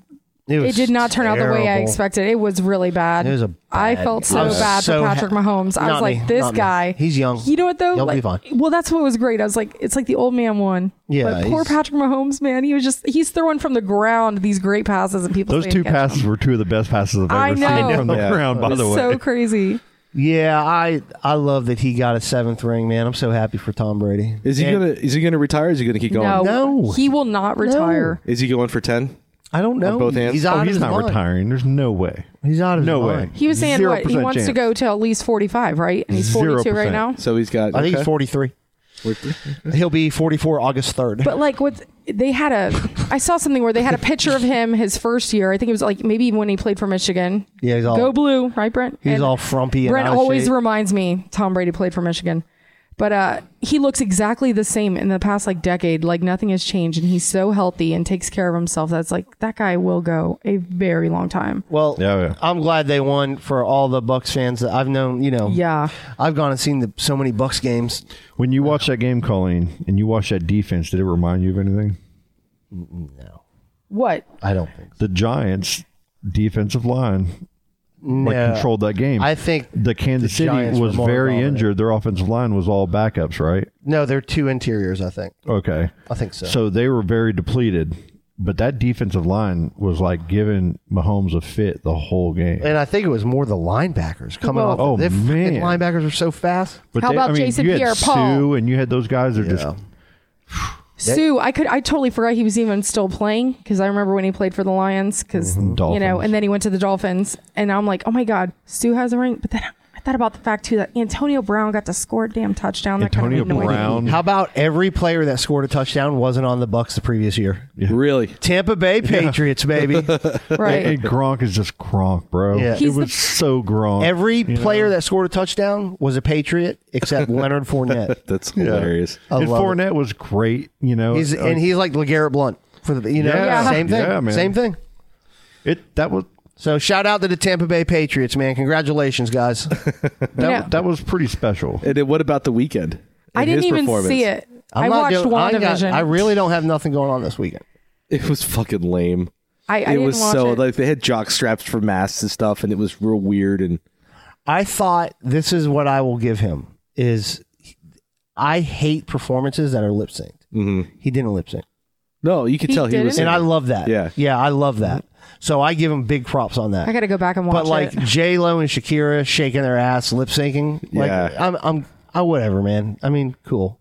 Speaker 10: it
Speaker 1: was
Speaker 10: did not turn out the way I
Speaker 1: terrible.
Speaker 10: expected. It was really bad.
Speaker 1: It was a
Speaker 10: I
Speaker 1: bad
Speaker 10: felt
Speaker 1: game.
Speaker 10: so
Speaker 1: I was
Speaker 10: bad
Speaker 1: so
Speaker 10: for
Speaker 1: ha-
Speaker 10: Patrick Mahomes. I
Speaker 1: Not
Speaker 10: was like,
Speaker 1: me,
Speaker 10: this
Speaker 1: not me.
Speaker 10: guy.
Speaker 1: He's young.
Speaker 10: You know what, though?
Speaker 1: He'll be
Speaker 10: Like-
Speaker 1: fine.
Speaker 10: Well, that's what was great. I was like, it's like the old man one.
Speaker 1: Yeah,
Speaker 10: But poor
Speaker 1: he's-
Speaker 10: Patrick Mahomes, man. He was just, he's throwing from the ground these great passes and people
Speaker 6: Those
Speaker 10: staying
Speaker 6: two
Speaker 10: to catch
Speaker 6: passes
Speaker 10: them.
Speaker 6: were two of the best passes I've ever
Speaker 10: I
Speaker 6: seen
Speaker 10: know.
Speaker 6: from the
Speaker 3: Yeah.
Speaker 6: ground. By
Speaker 10: It
Speaker 6: the
Speaker 10: was
Speaker 6: way, Oh,
Speaker 10: so crazy.
Speaker 1: Yeah, I I love that he got a seventh ring, man. I'm so happy for Tom Brady.
Speaker 3: Is he
Speaker 1: And
Speaker 3: gonna is he gonna retire? Or is he gonna keep going?
Speaker 10: No,
Speaker 1: No.
Speaker 10: he will not retire.
Speaker 3: Is he going for ten?
Speaker 1: I don't know.
Speaker 3: both hands?
Speaker 1: He's
Speaker 3: Oh,
Speaker 1: out
Speaker 6: oh,
Speaker 1: of
Speaker 6: he's
Speaker 1: his
Speaker 6: not
Speaker 1: mind.
Speaker 6: retiring. There's no way.
Speaker 1: He's out of
Speaker 6: No
Speaker 1: his
Speaker 6: way.
Speaker 1: mind.
Speaker 10: He was saying what he
Speaker 6: 0%
Speaker 10: wants to
Speaker 6: chance.
Speaker 10: go to at least forty-five, right? And he's forty-two right
Speaker 6: 0%.
Speaker 10: now.
Speaker 3: So he's got.
Speaker 1: I think he's
Speaker 3: okay.
Speaker 1: 43. He'll be 44 August 3rd.
Speaker 10: But like what they had a, I saw something where they had a picture of him his first year. I think it was like maybe when he played for Michigan.
Speaker 1: yeah, he's all
Speaker 10: Go blue, right, Brent?
Speaker 1: he's
Speaker 10: And
Speaker 1: all frumpy and
Speaker 10: Brent
Speaker 1: out of
Speaker 10: always
Speaker 1: shape.
Speaker 10: reminds me Tom Brady played for Michigan, but uh, he looks exactly the same in the past like decade. Like nothing has changed, and he's so healthy and takes care of himself. That's like that guy will go a very long time.
Speaker 1: Well,
Speaker 6: Yeah, yeah.
Speaker 1: I'm glad they won for all the Bucks fans that I've known. You know,
Speaker 10: Yeah.
Speaker 1: I've gone and seen the, so many Bucks games.
Speaker 6: When you watch that game, Colleen, and you watch that defense, did it remind you of anything?
Speaker 10: What?
Speaker 1: I don't think.
Speaker 6: The Giants' defensive line like
Speaker 1: No.
Speaker 6: controlled that game.
Speaker 1: I think
Speaker 6: the Kansas
Speaker 1: the
Speaker 6: City
Speaker 1: Giants were
Speaker 6: was
Speaker 1: more
Speaker 6: very
Speaker 1: dominant.
Speaker 6: injured. Their offensive line was all backups, right?
Speaker 1: No, they're two interiors. I think.
Speaker 6: Okay,
Speaker 1: I think so.
Speaker 6: so they were very depleted. But that defensive line was like giving Mahomes a fit the whole game.
Speaker 1: and I think it was more the linebackers coming
Speaker 10: Well-
Speaker 1: off. the-
Speaker 6: Oh,
Speaker 1: they freaking
Speaker 6: man.
Speaker 1: linebackers are so fast.
Speaker 6: But
Speaker 10: How about Jason
Speaker 6: you had
Speaker 10: Pierre-Paul?
Speaker 6: Sue and you had those guys are just
Speaker 10: Sue, I could I totally forgot he was even still playing because I remember when he played for the Lions because you know,
Speaker 6: Dolphins.
Speaker 10: and then he went to the Dolphins, and I'm like, oh my God, Sue has a ring. But then I thought about the fact too that Antonio Brown got to score a damn touchdown. That kind
Speaker 6: Antonio
Speaker 10: of made no idea.
Speaker 6: Brown.
Speaker 1: How about every player that scored a touchdown wasn't on the Bucks the previous year?
Speaker 3: Really?
Speaker 1: Tampa Bay Patriots, baby.
Speaker 10: right?
Speaker 6: And Gronk is just Gronk, bro.
Speaker 1: Yeah.
Speaker 6: it
Speaker 10: He's the-
Speaker 6: was so Gronk.
Speaker 1: Every player that scored a touchdown was a Patriot except Leonard Fournette.
Speaker 3: That's hilarious.
Speaker 1: I
Speaker 6: and
Speaker 1: love it.
Speaker 6: Fournette was great, you know.
Speaker 1: He's
Speaker 6: Like,
Speaker 1: and he's like Legarrette Blunt for the you know
Speaker 6: uh, Yeah.
Speaker 1: same thing,
Speaker 6: Yeah, man.
Speaker 1: same thing.
Speaker 6: It that was
Speaker 1: so. Shout out to the Tampa Bay Patriots, man! Congratulations, guys.
Speaker 6: that, that was pretty special.
Speaker 3: And then what about the weekend?
Speaker 10: I
Speaker 3: and
Speaker 10: didn't
Speaker 3: his
Speaker 10: even
Speaker 3: performance?
Speaker 10: see it. i
Speaker 1: not
Speaker 10: watched
Speaker 1: doing- I ain't got-
Speaker 10: WandaVision.
Speaker 1: I really don't have nothing going on this weekend.
Speaker 3: It was fucking lame.
Speaker 10: I, I
Speaker 3: it
Speaker 10: didn't
Speaker 3: was
Speaker 10: watch
Speaker 3: so
Speaker 10: it.
Speaker 3: like they had jock straps for masks and stuff, and it was real weird. And
Speaker 1: I thought this is what I will give him is I hate performances that are lip synced. He didn't lip sync.
Speaker 3: no, you could
Speaker 10: He
Speaker 3: tell he was.
Speaker 10: didn't?
Speaker 1: And I love that.
Speaker 3: Yeah.
Speaker 1: Yeah, I love that. So I give him big props on that.
Speaker 10: I got to go back and watch
Speaker 1: but like
Speaker 10: it.
Speaker 1: J Lo and Shakira shaking their ass, lip syncing. Like
Speaker 3: Yeah.
Speaker 1: I'm, I'm, I whatever, man. I mean, cool.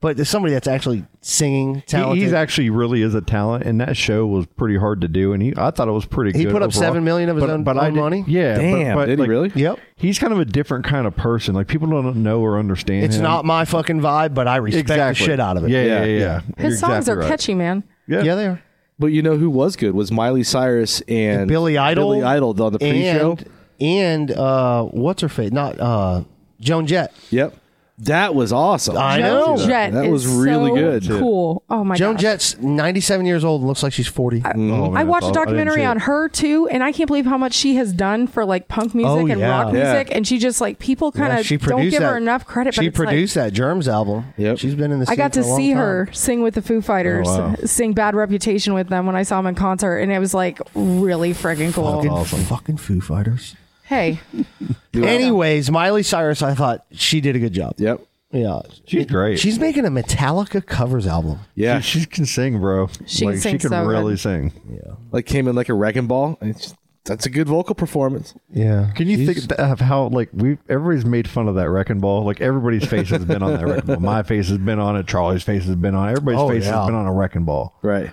Speaker 1: But there's somebody that's actually singing,
Speaker 6: He,
Speaker 1: talented.
Speaker 6: he's actually really is a talent, and that show was pretty hard to do. And he, I thought it was pretty.
Speaker 1: He
Speaker 6: good
Speaker 1: put up
Speaker 6: overall.
Speaker 1: $7 million of his
Speaker 6: But-
Speaker 1: own-
Speaker 6: but I
Speaker 1: own
Speaker 6: did-
Speaker 1: money?
Speaker 6: Yeah, but-
Speaker 3: Damn,
Speaker 6: but,
Speaker 3: did he
Speaker 6: like,
Speaker 3: really?
Speaker 1: yep.
Speaker 6: He's kind of a different kind of person. Like people don't know or understand.
Speaker 1: It's
Speaker 6: him.
Speaker 1: not my fucking vibe, but I respect the shit out of it.
Speaker 6: Yeah, yeah, yeah.
Speaker 3: Yeah.
Speaker 6: yeah.
Speaker 10: His
Speaker 6: You're
Speaker 10: songs
Speaker 6: exactly
Speaker 10: are
Speaker 6: right.
Speaker 10: catchy, man.
Speaker 6: Yeah.
Speaker 1: yeah, they are.
Speaker 3: But you know who was good was Miley Cyrus and
Speaker 1: Billy Idol,
Speaker 3: Billy Idol on the pre-show.
Speaker 1: and, and uh, what's her face? Not uh, Joan Jett.
Speaker 3: Yep, that was awesome.
Speaker 1: I know.
Speaker 3: That,
Speaker 10: Jet
Speaker 3: that
Speaker 10: is
Speaker 3: was really
Speaker 10: so
Speaker 3: good.
Speaker 10: Cool. Oh my
Speaker 1: Joan
Speaker 10: gosh.
Speaker 1: Jett's 97 years old and looks like she's 40.
Speaker 6: Oh, man,
Speaker 10: I watched a
Speaker 6: thought- I didn't see
Speaker 10: documentary
Speaker 6: it.
Speaker 10: on her too, and I can't believe how much she has done for like punk music
Speaker 1: Oh,
Speaker 10: and
Speaker 1: yeah.
Speaker 10: rock
Speaker 3: Yeah.
Speaker 10: music. And she just like people kind
Speaker 1: Yeah,
Speaker 10: of don't give her enough credit.
Speaker 1: She
Speaker 10: but it's like-
Speaker 1: produced that Germs album.
Speaker 3: Yep.
Speaker 1: She's been in the
Speaker 10: I got
Speaker 1: scene for
Speaker 10: to
Speaker 1: a long
Speaker 10: see
Speaker 1: time.
Speaker 10: her sing with the Foo Fighters,
Speaker 6: Oh, wow.
Speaker 10: sing "Bad Reputation" with them when I saw them in concert, and it was like really freaking cool.
Speaker 1: Fucking, fucking Foo Fighters.
Speaker 10: Hey,
Speaker 1: Anyways, Miley Cyrus, I thought she did a good job.
Speaker 3: Yep.
Speaker 1: Yeah.
Speaker 6: She's great.
Speaker 1: She's making a Metallica covers album.
Speaker 3: Yeah,
Speaker 6: She, she can sing, bro.
Speaker 10: She
Speaker 6: like, she
Speaker 10: sings
Speaker 6: can
Speaker 10: so
Speaker 6: really
Speaker 10: good.
Speaker 6: sing.
Speaker 3: like came in like a wrecking ball. It's, that's a good vocal performance.
Speaker 1: Yeah.
Speaker 6: Can you think th- of how like we everybody's made fun of that wrecking ball? Like everybody's face has been on that wrecking ball. My face has been on it. Charlie's face has been on it. Everybody's
Speaker 1: Oh,
Speaker 6: face
Speaker 1: yeah.
Speaker 6: has been on a wrecking ball.
Speaker 3: Right.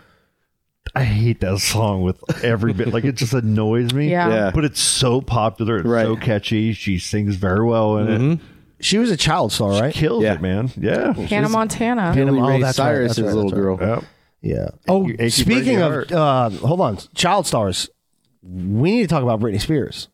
Speaker 6: I hate that song with every bit. Like it just annoys me.
Speaker 10: Yeah.
Speaker 3: Yeah.
Speaker 6: But it's so popular. It's
Speaker 3: Right. Mm-hmm.
Speaker 6: so catchy. She sings very well in it.
Speaker 1: She was a child star, right?
Speaker 6: Kills
Speaker 3: Yeah.
Speaker 6: it, man. Yeah.
Speaker 10: Hannah Montana.
Speaker 3: Billy
Speaker 1: Oh,
Speaker 3: Ray
Speaker 1: that's right,
Speaker 3: Cyrus
Speaker 1: that's
Speaker 3: is
Speaker 1: right,
Speaker 3: a little
Speaker 1: that's right.
Speaker 3: girl.
Speaker 6: Yep.
Speaker 1: Yeah. Oh,
Speaker 6: Achy- achy
Speaker 1: speaking
Speaker 6: breaky
Speaker 1: of,
Speaker 6: heart.
Speaker 1: uh, hold on, child stars. We need to talk about Britney Spears.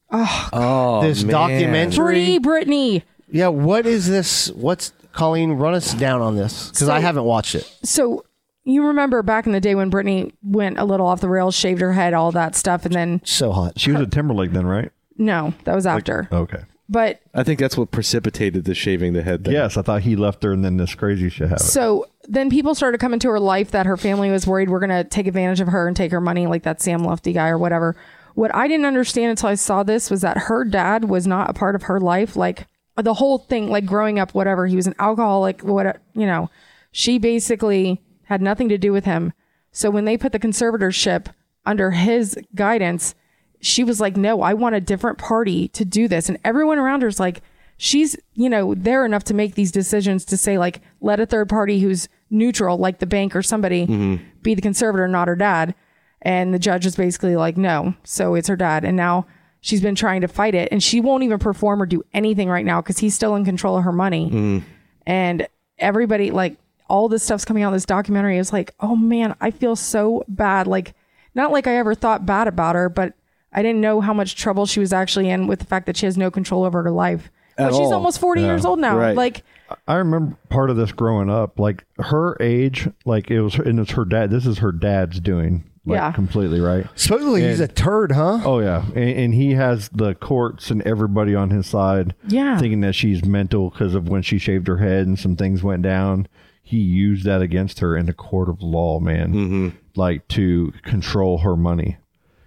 Speaker 3: Oh,
Speaker 1: This
Speaker 3: man.
Speaker 1: documentary-
Speaker 10: Free Britney.
Speaker 1: Yeah. What is this? What's Colleen? Run us down on this because I
Speaker 10: So-
Speaker 1: haven't watched it.
Speaker 10: So you remember back in the day when Britney went a little off the rails, shaved her head, all that stuff, and then
Speaker 1: So hot.
Speaker 6: She was at Timberlake then, right?
Speaker 10: no, that was
Speaker 1: uh,
Speaker 10: after.
Speaker 6: Okay.
Speaker 10: But
Speaker 3: I think that's what precipitated the shaving the head. Thing.
Speaker 6: Yes, I thought he left her, and then this crazy shit happened.
Speaker 10: So then people started coming to her life that her family was worried we're going to take advantage of her and take her money, like that Sam Lefty guy or whatever. What I didn't understand until I saw this was that her dad was not a part of her life. Like the whole thing, like growing up, whatever. He was an alcoholic, what, you know, she basically had nothing to do with him. So when they put the conservatorship under his guidance, she was like, no, I want a different party to do this. And everyone around her is like, she's, you know, there enough to make these decisions to say, like, let a third party who's neutral, like the bank or somebody, be the conservator, not her dad. And the judge was basically like, no, so it's her dad. And now she's been trying to fight it and she won't even perform or do anything right now because he's still in control of her money. And everybody, like, all this stuff's coming out in this documentary is like, oh man, I feel so bad. Like, not like I ever thought bad about her, but I didn't know how much trouble she was actually in with the fact that she has no control over her life.
Speaker 3: At
Speaker 10: but she's
Speaker 3: all.
Speaker 10: almost 40 years old now.
Speaker 3: Right.
Speaker 10: Like,
Speaker 6: I remember part of this growing up, like her age, like it was, and it's her dad. This is her dad's doing, like
Speaker 10: Yeah.
Speaker 6: completely right.
Speaker 1: Supposedly he's a turd, huh?
Speaker 6: Oh yeah, and, and he has the courts and everybody on his side,
Speaker 10: Yeah.
Speaker 6: thinking that she's mental because of when she shaved her head and some things went down. He used that against her in the court of law, man,
Speaker 1: Mm-hmm.
Speaker 6: like to control her money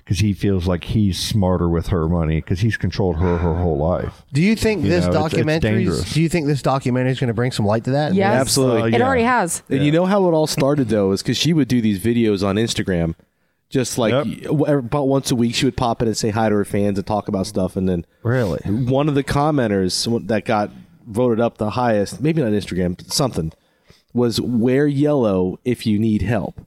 Speaker 6: because he feels like he's smarter with her money because he's controlled her her whole life.
Speaker 1: Do you think this
Speaker 6: know, it's- it's
Speaker 1: documentary?
Speaker 6: dangerous.
Speaker 1: Do you think this documentary is going to bring some light to that?
Speaker 10: yes.
Speaker 3: absolutely.
Speaker 1: Uh,
Speaker 10: It
Speaker 6: Yeah.
Speaker 10: already has.
Speaker 3: And you know how it all started though is because she would do these videos on Instagram, just like
Speaker 6: Yep.
Speaker 3: w- about once a week she would pop in and say hi to her fans and talk about stuff. And then
Speaker 1: Really?
Speaker 3: one of the commenters someone that got voted up the highest, maybe not Instagram, but something, was wear yellow if you need help.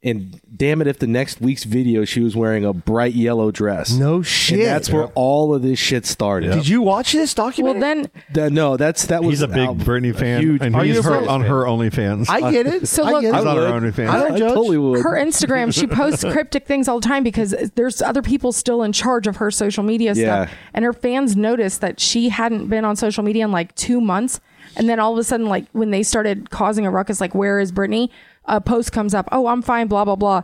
Speaker 3: And damn it, if the next week's video she was wearing a bright yellow dress.
Speaker 1: No
Speaker 3: And
Speaker 1: shit.
Speaker 3: that's where all of this shit started.
Speaker 1: Did you watch this documentary?
Speaker 10: Well, then,
Speaker 3: That- no, that's that was
Speaker 6: He's a big
Speaker 3: out-
Speaker 6: Britney fan,
Speaker 3: huge
Speaker 6: and
Speaker 3: Britney
Speaker 6: he's
Speaker 3: Spears
Speaker 6: her, on
Speaker 3: fan.
Speaker 6: her OnlyFans.
Speaker 1: I get it.
Speaker 10: So
Speaker 1: I
Speaker 10: look-
Speaker 1: get it.
Speaker 6: He's on her
Speaker 3: would.
Speaker 6: OnlyFans.
Speaker 1: I don't
Speaker 3: I
Speaker 1: judge.
Speaker 3: totally would.
Speaker 10: her Instagram, she posts cryptic things all the time because there's other people still in charge of her social media
Speaker 3: Yeah.
Speaker 10: stuff. And her fans noticed that she hadn't been on social media in like two months. And then all of a sudden, like when they started causing a ruckus, like, where is Brittany? A post comes up, oh, I'm fine, blah, blah, blah.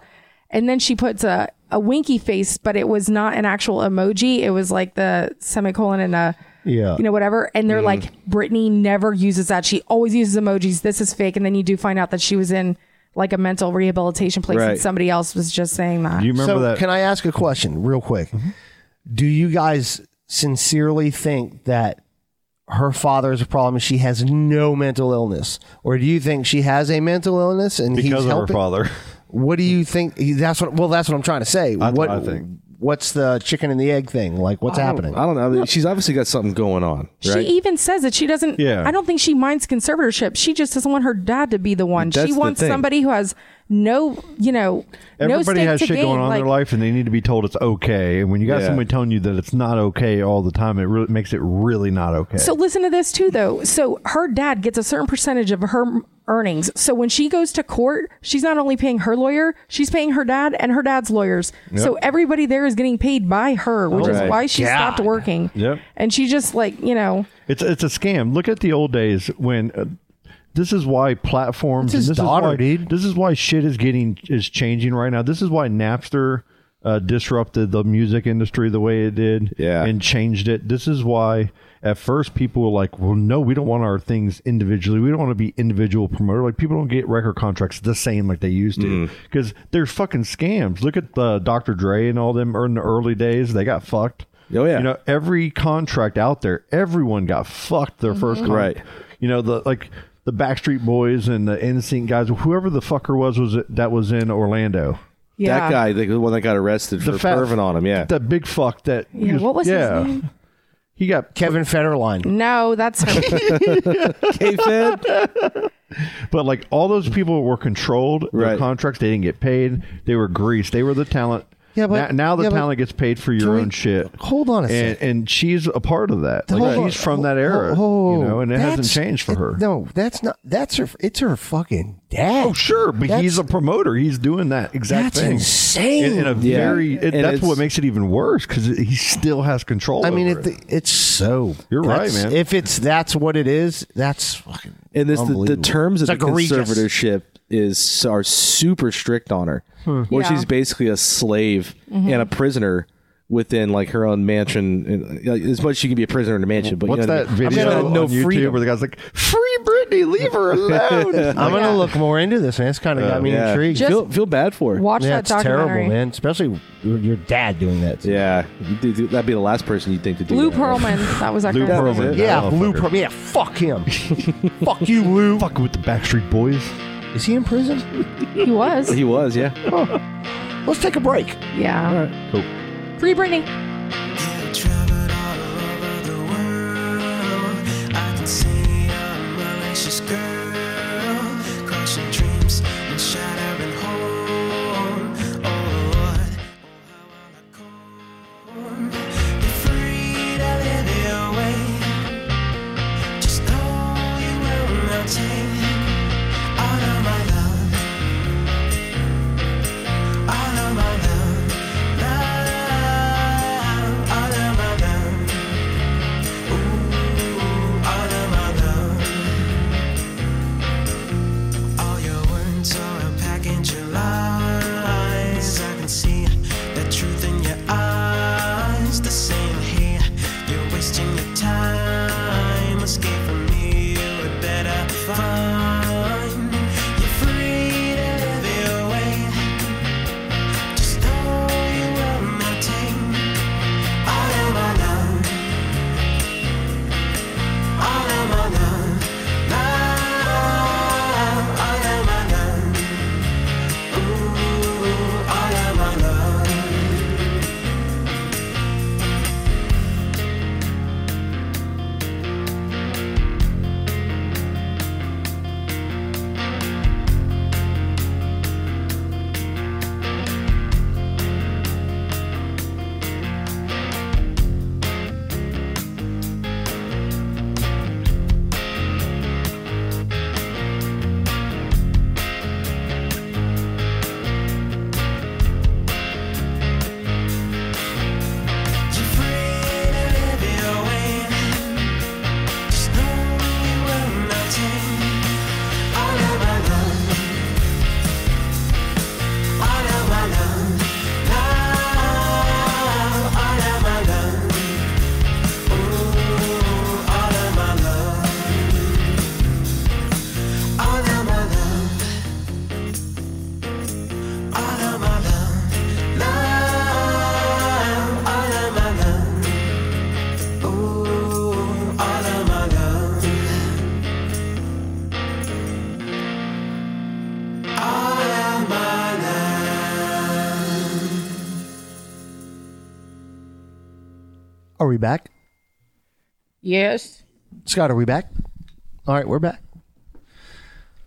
Speaker 10: And then she puts a, a winky face, but it was not an actual emoji. It was like the semicolon and a
Speaker 1: Yeah.
Speaker 10: you know whatever. And they're
Speaker 1: Mm.
Speaker 10: like, Brittany never uses that. She always uses emojis. This is fake. And then you do find out that she was in like a mental rehabilitation place,
Speaker 1: Right.
Speaker 10: and somebody else was just saying that.
Speaker 1: so Can I ask a question real quick? Do you guys sincerely think that her father is a problem? and She has no mental illness, or do you think she has a mental illness and he's
Speaker 6: Because of her
Speaker 1: helping?
Speaker 6: father.
Speaker 1: What do you think? That's what. Well, that's what I'm trying to say.
Speaker 6: That's
Speaker 1: what
Speaker 6: what I think.
Speaker 1: What's the chicken and the egg thing? Like, what's
Speaker 3: I don't-
Speaker 1: happening?
Speaker 3: I don't know. I mean, she's obviously got something going on,
Speaker 10: She
Speaker 3: right?
Speaker 10: even says that she doesn't.
Speaker 3: Yeah.
Speaker 10: I don't think she minds conservatorship. She just doesn't want her dad to be the one.
Speaker 6: That's
Speaker 10: she
Speaker 6: the
Speaker 10: wants
Speaker 6: thing.
Speaker 10: somebody who has no, you know, no
Speaker 6: Everybody
Speaker 10: stake
Speaker 6: has
Speaker 10: to
Speaker 6: shit
Speaker 10: gain.
Speaker 6: going on
Speaker 10: like,
Speaker 6: in their life, and they need to be told it's okay. And when you got
Speaker 10: Yeah.
Speaker 6: somebody telling you that it's not okay all the time, it really makes it really not okay.
Speaker 10: So listen to this too, though. So her dad gets a certain percentage of her m- earnings. So when she goes to court, she's not only paying her lawyer, she's paying her dad and her dad's lawyers.
Speaker 9: Yep.
Speaker 10: So everybody there is getting paid by her, which
Speaker 6: Oh my
Speaker 10: is why she
Speaker 6: God.
Speaker 10: stopped working.
Speaker 6: Yep.
Speaker 10: And she just like you know,
Speaker 6: It's it's a scam. Look at the old days when. Uh, this is why platforms.
Speaker 1: It's his
Speaker 6: and this
Speaker 1: daughter,
Speaker 6: is why, dude. This is why shit is getting is changing right now. This is why Napster uh, disrupted the music industry the way it did, yeah. and changed it. This is why at first people were like, "Well, no, we don't want our things individually. We don't want to be individual promoter. Like people don't get record contracts the same like they used to because they're fucking scams. Look at the Dr. Dre and all them in the early days. They got fucked. Oh yeah. You know, every contract out there, everyone got fucked their first
Speaker 3: Mhm.
Speaker 1: Mm-hmm.
Speaker 6: contract.
Speaker 3: Right.
Speaker 6: You know, the like the Backstreet Boys and the NSYNC guys, whoever the fucker was was it, that was in Orlando.
Speaker 3: That guy, the one that got arrested for
Speaker 6: fat-
Speaker 3: perving on him, yeah.
Speaker 6: That big fuck that
Speaker 10: Yeah, what was his name?
Speaker 6: He got
Speaker 1: Kevin Federline.
Speaker 10: no, that's her.
Speaker 6: But like all those people were controlled. Their contracts, they didn't get paid. They were greased. They were the talent.
Speaker 1: Yeah, but-
Speaker 6: now, now the
Speaker 1: yeah, but-
Speaker 6: talent gets paid for your own shit.
Speaker 1: Hold on a
Speaker 6: and,
Speaker 1: second.
Speaker 6: And she's a part of that. Like,
Speaker 1: Hold on.
Speaker 6: she's from that era.
Speaker 1: Oh,
Speaker 6: you know, and it hasn't
Speaker 1: that's-
Speaker 6: changed for
Speaker 1: it-
Speaker 6: her.
Speaker 1: No, that's not. That's her. It's her fucking dad.
Speaker 6: Oh sure, but
Speaker 1: That's-
Speaker 6: he's a promoter. He's doing that exact
Speaker 1: That's
Speaker 6: thing.
Speaker 1: insane.
Speaker 6: In, in a
Speaker 1: Yeah.
Speaker 6: very.
Speaker 1: And
Speaker 6: It, that's
Speaker 1: it's-
Speaker 6: what makes it even worse because he still has control.
Speaker 1: I mean,
Speaker 6: over
Speaker 1: if the, it's so.
Speaker 6: You're right,
Speaker 1: that's-
Speaker 6: man.
Speaker 1: If it's that's what it is, that's fucking.
Speaker 3: And this the, the
Speaker 1: unbelievable.
Speaker 3: terms of
Speaker 1: It's
Speaker 3: the
Speaker 1: egregious.
Speaker 3: conservatorship is are super strict on her,
Speaker 1: Hmm.
Speaker 3: where
Speaker 1: Yeah.
Speaker 3: she's basically a slave
Speaker 1: Mhm.
Speaker 3: and a prisoner within like her own mansion. And, like, as much as she can be a prisoner in a mansion, but
Speaker 6: What's
Speaker 3: you know
Speaker 6: that
Speaker 3: what I mean?
Speaker 6: video
Speaker 3: She's got
Speaker 6: on
Speaker 3: no
Speaker 6: YouTube
Speaker 3: freedom.
Speaker 6: where the guy's like, "Free Britney, leave her alone."
Speaker 1: I'm gonna look more into this, man. It's kind of got me
Speaker 3: yeah.
Speaker 1: intrigued.
Speaker 3: Just Feel- feel bad for her. watch
Speaker 1: yeah,
Speaker 3: that
Speaker 1: it's terrible,
Speaker 3: documentary.
Speaker 1: man. Especially your, your dad doing that.
Speaker 3: Yeah, you do- do- that'd be the last person you'd think to do.
Speaker 10: Lou
Speaker 3: that.
Speaker 10: Pearlman. That was that
Speaker 3: Lou
Speaker 10: guy.
Speaker 3: Pearlman.
Speaker 1: Yeah,
Speaker 3: Oh,
Speaker 1: Lou
Speaker 3: fucker.
Speaker 1: Pearlman. Yeah, fuck him. fuck you, Lou.
Speaker 6: Fuck with the Backstreet Boys.
Speaker 1: Is he in prison?
Speaker 10: He was.
Speaker 3: He was, yeah.
Speaker 1: Let's take a break.
Speaker 10: Yeah. Free Britney.
Speaker 9: I can see a malicious girl crushing dreams and shattering hope. Oh, Lord, oh, how will I call? Be free to live your way. Just know you will not take all of my love. All of my love, love.
Speaker 1: Are we back?
Speaker 12: Yes.
Speaker 1: Scott, are we back? All right, we're back.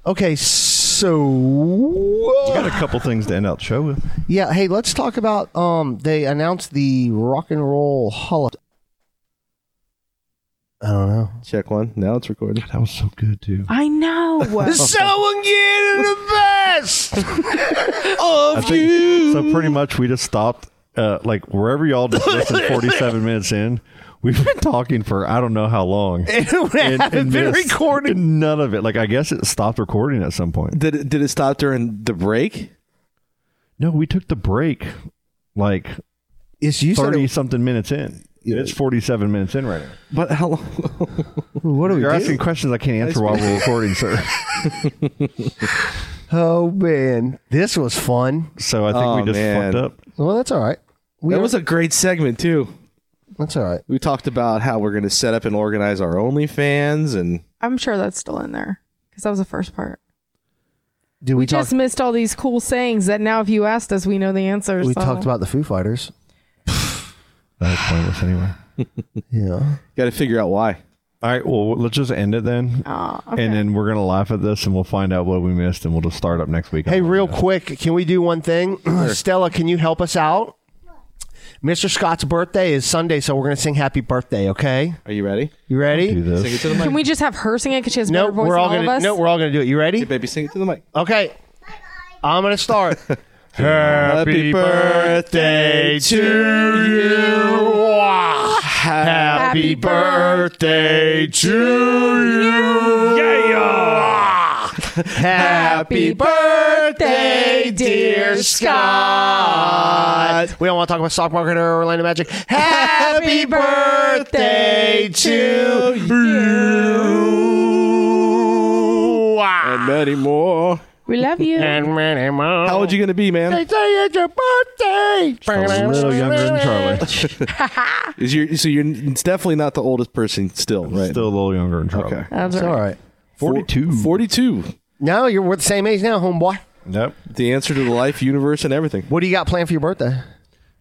Speaker 1: Okay, so
Speaker 6: We got a couple things to end out the show with.
Speaker 1: yeah, hey, let's talk about um they announced the Rock and Roll Hall of I don't know.
Speaker 3: Check one. Now it's recording.
Speaker 6: that was so good too.
Speaker 10: I know.
Speaker 1: Someone getting the best
Speaker 6: I
Speaker 1: of
Speaker 6: think- So pretty much we just stopped uh, like wherever y'all just listened 47 minutes in. We've been talking for I don't know how long.
Speaker 1: We haven't been
Speaker 6: recording none of it. Like I guess it stopped recording at some point.
Speaker 3: Did it, did it stop during the break?
Speaker 6: No, we took the break like
Speaker 1: it's
Speaker 3: said it-
Speaker 6: 30 something minutes in. It's 47 minutes in right now.
Speaker 3: But how long?
Speaker 1: what do we
Speaker 6: You're
Speaker 1: do?
Speaker 6: asking questions I can't answer while we're recording, sir.
Speaker 1: Oh man, this was fun.
Speaker 6: So I think
Speaker 3: Oh,
Speaker 6: we just
Speaker 3: man.
Speaker 6: fucked up.
Speaker 1: Well, that's all right. We
Speaker 3: that
Speaker 1: are-
Speaker 3: was a great segment too.
Speaker 1: That's all right.
Speaker 3: We talked about how we're going to set up and organize our OnlyFans, and
Speaker 10: I'm sure that's still in there because that was the first part.
Speaker 1: Dude, we,
Speaker 10: We
Speaker 1: talked
Speaker 10: just missed all these cool sayings that now, if you asked us, we know the answers.
Speaker 1: we
Speaker 10: so.
Speaker 1: talked about the Foo Fighters.
Speaker 6: That was pointless anyway.
Speaker 1: Yeah.
Speaker 3: got to figure out why.
Speaker 6: All right, well, let's just end it then.
Speaker 10: Oh,
Speaker 6: And then we're going to laugh at this and we'll find out what we missed and we'll just start up next week.
Speaker 1: Hey, real quick, can we do one thing? Stella, can you help us out? Mr. Scott's birthday is Sunday, so we're gonna sing happy birthday, okay?
Speaker 3: Are you ready?
Speaker 1: You ready?
Speaker 6: Do this.
Speaker 3: Sing it to the mic.
Speaker 10: Can we just have her sing it because she has
Speaker 1: No,
Speaker 10: better voice
Speaker 1: we're all
Speaker 10: than all
Speaker 1: gonna
Speaker 10: of us?
Speaker 1: no, we're all gonna do it. You ready?
Speaker 3: Hey, baby, sing it to the mic.
Speaker 1: Okay. I'm gonna start. happy
Speaker 3: Happy birthday
Speaker 1: birthday
Speaker 3: to
Speaker 1: to you.
Speaker 3: Happy
Speaker 1: Happy birthday to you. Yeah. Happy birthday, dear Scott. We don't want to talk about stock market or Orlando Magic. Happy birthday to you.
Speaker 3: And many more.
Speaker 10: we love you.
Speaker 1: And many more.
Speaker 3: How old you going to
Speaker 1: They
Speaker 3: be, man?
Speaker 1: say it's your birthday.
Speaker 6: a little younger than Charlie.
Speaker 3: Is you so you're it's definitely not the oldest person still, right?
Speaker 6: Still a little younger than Charlie.
Speaker 3: Okay.
Speaker 10: That's
Speaker 1: It's
Speaker 10: right.
Speaker 1: all right.
Speaker 6: 42.
Speaker 3: 42.
Speaker 1: No, you're we're the same age now, homeboy.
Speaker 6: Yep.
Speaker 3: The answer to the life, universe, and everything.
Speaker 1: What do you got planned for your birthday?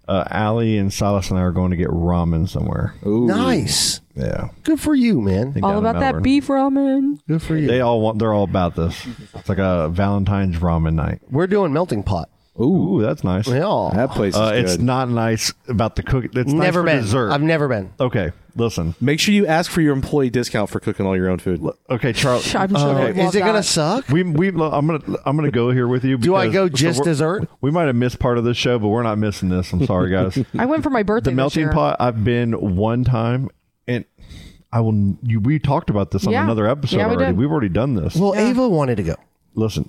Speaker 6: Uh, Allie and Silas and I are going to get ramen somewhere.
Speaker 3: Ooh.
Speaker 1: Nice.
Speaker 6: Yeah.
Speaker 1: Good for you, man.
Speaker 6: Think
Speaker 10: All
Speaker 6: down in
Speaker 10: about that
Speaker 6: Melbourne.
Speaker 10: beef ramen.
Speaker 1: Good for you.
Speaker 6: They all want. They're all about this. It's like a Valentine's ramen night.
Speaker 1: We're doing melting pot.
Speaker 6: Ooh, that's nice.
Speaker 1: Yeah.
Speaker 3: That place is
Speaker 6: Uh,
Speaker 3: good.
Speaker 6: it's not nice about the cook. It's
Speaker 1: Never
Speaker 6: nice for
Speaker 1: been.
Speaker 6: dessert.
Speaker 1: I've never been.
Speaker 6: okay, listen.
Speaker 3: Make sure you ask for your employee discount for cooking all your own food.
Speaker 6: Okay, Charlie.
Speaker 10: I'm sure
Speaker 1: Oh,
Speaker 10: they'd love
Speaker 1: is it gonna
Speaker 10: that.
Speaker 1: suck?
Speaker 6: We we I'm gonna I'm gonna go here with you.
Speaker 1: Do I
Speaker 6: because-
Speaker 1: go just
Speaker 6: we're-
Speaker 1: dessert?
Speaker 6: We might have missed part of the show, but we're not missing this. I'm sorry, guys.
Speaker 10: I went for my birthday.
Speaker 6: the
Speaker 10: this
Speaker 6: melting
Speaker 10: year.
Speaker 6: pot. I've been one time, and I will. You, we talked about this on
Speaker 10: Yeah.
Speaker 6: another episode
Speaker 10: Yeah, we
Speaker 6: already.
Speaker 10: did.
Speaker 6: We've already done this.
Speaker 1: Well, Ava wanted to go.
Speaker 6: listen,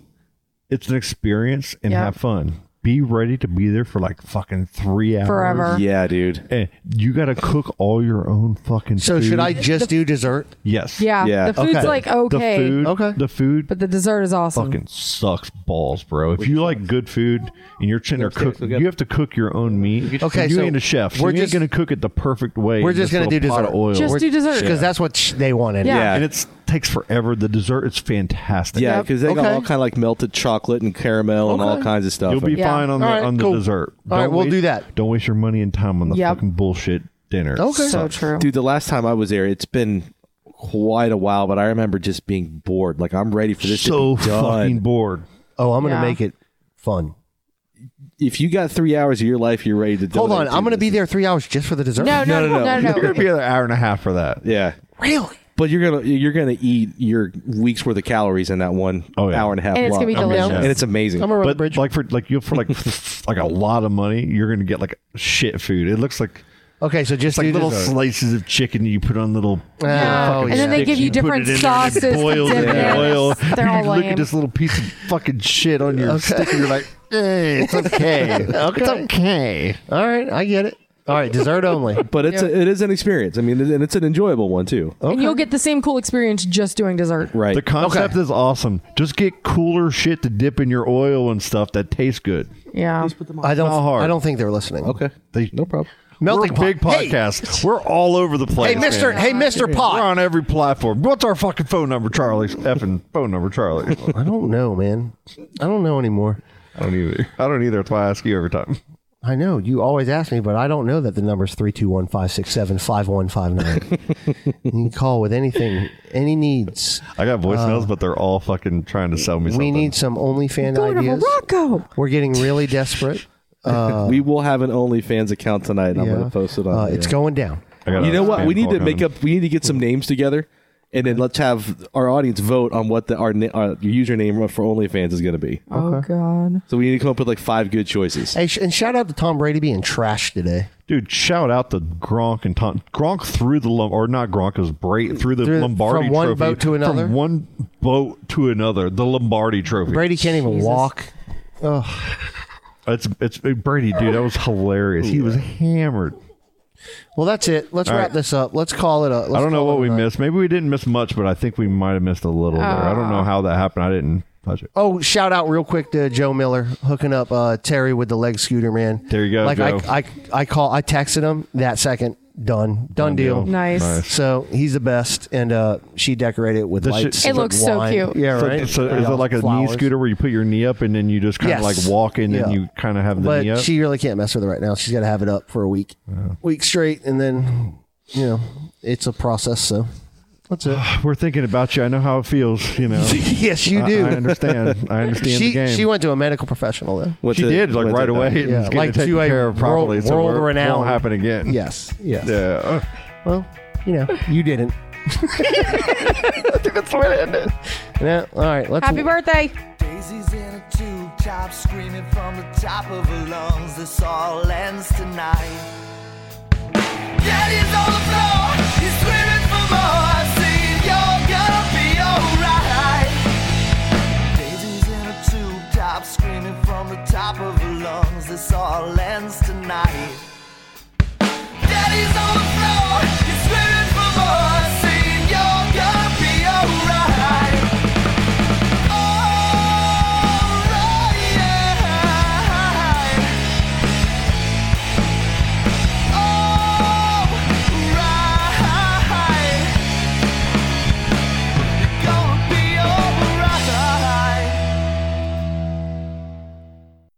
Speaker 6: it's an experience and
Speaker 10: Yeah.
Speaker 6: have fun. Be ready to be there for like fucking three hours.
Speaker 10: Forever.
Speaker 3: Yeah, dude.
Speaker 6: And you got to cook all your own fucking.
Speaker 1: So
Speaker 6: food.
Speaker 1: should I just do dessert?
Speaker 6: Yes.
Speaker 10: Yeah,
Speaker 3: Yeah.
Speaker 10: the food's
Speaker 1: Okay.
Speaker 10: like okay,
Speaker 6: The food.
Speaker 1: Okay.
Speaker 6: The food
Speaker 10: but the dessert is awesome.
Speaker 6: fucking sucks balls, bro. If you like good food and you're trying to cook,
Speaker 3: we'll get-
Speaker 6: you have to cook your own meat.
Speaker 1: Okay,
Speaker 6: You
Speaker 1: so
Speaker 6: ain't a chef. So
Speaker 1: we're
Speaker 6: you ain't
Speaker 1: just-
Speaker 6: gonna cook it the perfect way.
Speaker 1: We're
Speaker 6: in
Speaker 1: just
Speaker 6: this
Speaker 1: gonna do
Speaker 6: little pot
Speaker 1: dessert.
Speaker 6: of Oil.
Speaker 10: Just do dessert.
Speaker 1: because that's what sh- they wanted.
Speaker 10: Yeah.
Speaker 6: and it's takes forever. The dessert is fantastic.
Speaker 3: Yeah, because they got
Speaker 1: Okay.
Speaker 3: all kind of like melted chocolate and caramel and all kinds of stuff.
Speaker 6: You'll be
Speaker 10: Yeah.
Speaker 6: fine on the
Speaker 1: All right,
Speaker 6: on the
Speaker 1: cool.
Speaker 6: dessert.
Speaker 1: All right,
Speaker 6: Don't
Speaker 1: we'll
Speaker 6: waste-
Speaker 1: do that.
Speaker 6: Don't waste your money and time on the
Speaker 10: Yep.
Speaker 6: fucking bullshit dinner.
Speaker 1: Okay.
Speaker 10: so true.
Speaker 3: Dude, the last time I was there, it's been quite a while, but I remember just being bored. Like I'm ready for this
Speaker 6: So
Speaker 3: to be done.
Speaker 6: fucking bored.
Speaker 1: Oh, I'm gonna
Speaker 10: Yeah.
Speaker 1: make it fun.
Speaker 3: If you got three hours of your life, you're ready to.
Speaker 1: Hold
Speaker 3: donate
Speaker 1: on, I'm gonna
Speaker 3: this.
Speaker 1: be there three hours just for the dessert.
Speaker 10: no, no, no, no, no,
Speaker 6: You're gonna be an hour and a half for that.
Speaker 3: Yeah,
Speaker 1: Really?
Speaker 3: but you're gonna you're gonna eat your week's worth of calories in that one
Speaker 6: Oh, yeah.
Speaker 3: hour and a half.
Speaker 10: And it's gonna be
Speaker 3: block.
Speaker 10: delicious.
Speaker 3: and it's amazing.
Speaker 1: I'm a road
Speaker 6: But
Speaker 1: bridge.
Speaker 6: like for like you for like like a lot of money, you're gonna get like shit food. It looks like
Speaker 1: okay, so just
Speaker 6: it's like
Speaker 1: do
Speaker 6: little
Speaker 1: dessert.
Speaker 6: slices of chicken you put on little.
Speaker 1: Oh,
Speaker 10: and then
Speaker 1: yeah.
Speaker 10: they give you
Speaker 6: put
Speaker 10: different
Speaker 6: it in there and
Speaker 10: sauces.
Speaker 6: It boils
Speaker 10: to
Speaker 6: in
Speaker 10: dip
Speaker 6: the
Speaker 10: in.
Speaker 6: oil.
Speaker 10: They're all
Speaker 6: you look
Speaker 10: lame.
Speaker 6: at this little piece of fucking shit on your stick, and you're like,
Speaker 1: Eh, it's okay. It's okay. All right, I get it. All right, dessert only.
Speaker 3: but it's a, it is an experience. I mean, and it's an enjoyable one too.
Speaker 1: Oh,
Speaker 10: And you'll get the same cool experience just doing dessert.
Speaker 3: Right.
Speaker 6: The concept is awesome. Just get cooler shit to dip in your oil and stuff that tastes good.
Speaker 10: Yeah.
Speaker 1: I don't.
Speaker 6: Not hard.
Speaker 1: I don't think they're listening.
Speaker 3: okay.
Speaker 6: They,
Speaker 3: No problem.
Speaker 6: We're a
Speaker 1: Melting pot.
Speaker 6: big podcast. We're all over the place.
Speaker 1: Hey, Mister.
Speaker 6: man.
Speaker 1: Hey, Mister
Speaker 6: We're
Speaker 1: Pot.
Speaker 6: on every platform. What's our fucking phone number, Charlie? Effing phone number, Charlie.
Speaker 1: I don't know, man. I don't know anymore.
Speaker 6: I don't either. I don't either. That's why I ask you every time.
Speaker 1: I know you always ask me, but I don't know that the number's three two one five six seven five one five nine. You can call with anything, any needs.
Speaker 6: I got voicemails, but they're all fucking trying to sell
Speaker 1: Uh,
Speaker 6: me
Speaker 1: We
Speaker 6: something.
Speaker 1: need some OnlyFans
Speaker 10: Go to
Speaker 1: ideas.
Speaker 10: Morocco.
Speaker 1: We're getting really desperate. Uh,
Speaker 3: we will have an OnlyFans account tonight. I'm
Speaker 1: yeah.
Speaker 3: going to post it on.
Speaker 1: Uh, it's
Speaker 3: yeah.
Speaker 1: going down.
Speaker 6: I got
Speaker 3: You
Speaker 6: a
Speaker 3: know what?
Speaker 6: spam
Speaker 3: We need
Speaker 6: call
Speaker 3: to make
Speaker 6: coming.
Speaker 3: up. We need to get some names together, and then let's have our audience vote on what the our, na- our username for OnlyFans is going to be.
Speaker 10: Oh God.
Speaker 3: So we need to come up with like five good choices.
Speaker 1: Hey, sh- and shout out to Tom Brady being trash today.
Speaker 6: Dude, shout out to Gronk and Tom. Gronk threw the lum- or not Gronk it was Bray through the
Speaker 1: Through-
Speaker 6: Lombardi
Speaker 1: from one
Speaker 6: trophy
Speaker 1: boat to another?
Speaker 6: From one boat to another, the Lombardi trophy.
Speaker 1: Brady can't even walk. Ugh.
Speaker 6: It's it's Brady, dude. That was hilarious. He was hammered.
Speaker 1: Well, that's it. Let's
Speaker 6: All
Speaker 1: wrap
Speaker 6: right.
Speaker 1: this up. Let's call it up.
Speaker 6: I don't know what we missed. Maybe we didn't miss much, but I think we might have missed a little there. I don't know how that happened. I didn't touch it.
Speaker 1: Oh, shout out real quick to Joe Miller hooking up uh, Terry with the leg scooter, man.
Speaker 6: There you go,
Speaker 1: Like
Speaker 6: Joe.
Speaker 1: I, I, I call, I texted him that second. Done, done, deal.
Speaker 6: deal. Nice. Nice.
Speaker 1: So he's the best, and uh, she decorated it with
Speaker 6: This shit-
Speaker 1: lights.
Speaker 10: It
Speaker 1: and
Speaker 10: looks so
Speaker 1: wine.
Speaker 10: cute.
Speaker 1: Yeah,
Speaker 6: so,
Speaker 1: right.
Speaker 6: So is it like a
Speaker 1: Flowers.
Speaker 6: knee scooter where you put your knee up and then you just kind of
Speaker 1: Yes.
Speaker 6: like walk and then
Speaker 1: Yeah.
Speaker 6: you kind of have the knee
Speaker 1: But
Speaker 6: up?
Speaker 1: she really can't mess with it right now. She's got to have it up for a week, week straight, and then you know it's a process. So that's it.
Speaker 6: We're thinking about you. I know how it feels. You know.
Speaker 1: yes, you
Speaker 6: I-
Speaker 1: do.
Speaker 6: I, understand. I understand
Speaker 1: she
Speaker 6: the game.
Speaker 1: she went to a medical professional though.
Speaker 3: Went
Speaker 6: She
Speaker 3: to-
Speaker 6: did like
Speaker 3: went to
Speaker 6: right
Speaker 3: the-
Speaker 6: away.
Speaker 1: Yeah,
Speaker 6: it's
Speaker 1: like
Speaker 6: like taken
Speaker 1: to a
Speaker 6: care of properly.
Speaker 1: world-
Speaker 6: so we're-
Speaker 1: world-renowned-
Speaker 6: Won't happen again.
Speaker 1: Yes. Yes.
Speaker 6: Yeah. Uh,
Speaker 1: Well, you know, you didn't.
Speaker 8: That's where it ended.
Speaker 1: Yeah. All right. Let's.
Speaker 10: Happy birthday.
Speaker 9: Daisy's in a tube top, screaming from the top of her lungs. This all ends tonight. Daddy's on the floor, he's screaming for more. See, you're gonna be alright. Daisy's in a tube top, screaming from the top of her lungs. This all ends tonight. Daddy's on the floor, he's screaming for more. See, you're gonna be alright.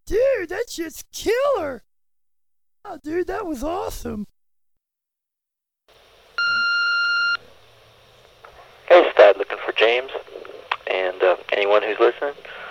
Speaker 13: Dude, that shit's killer! Oh, dude, that was awesome.
Speaker 14: Hey, Spad, looking for James and uh, anyone who's listening. uh,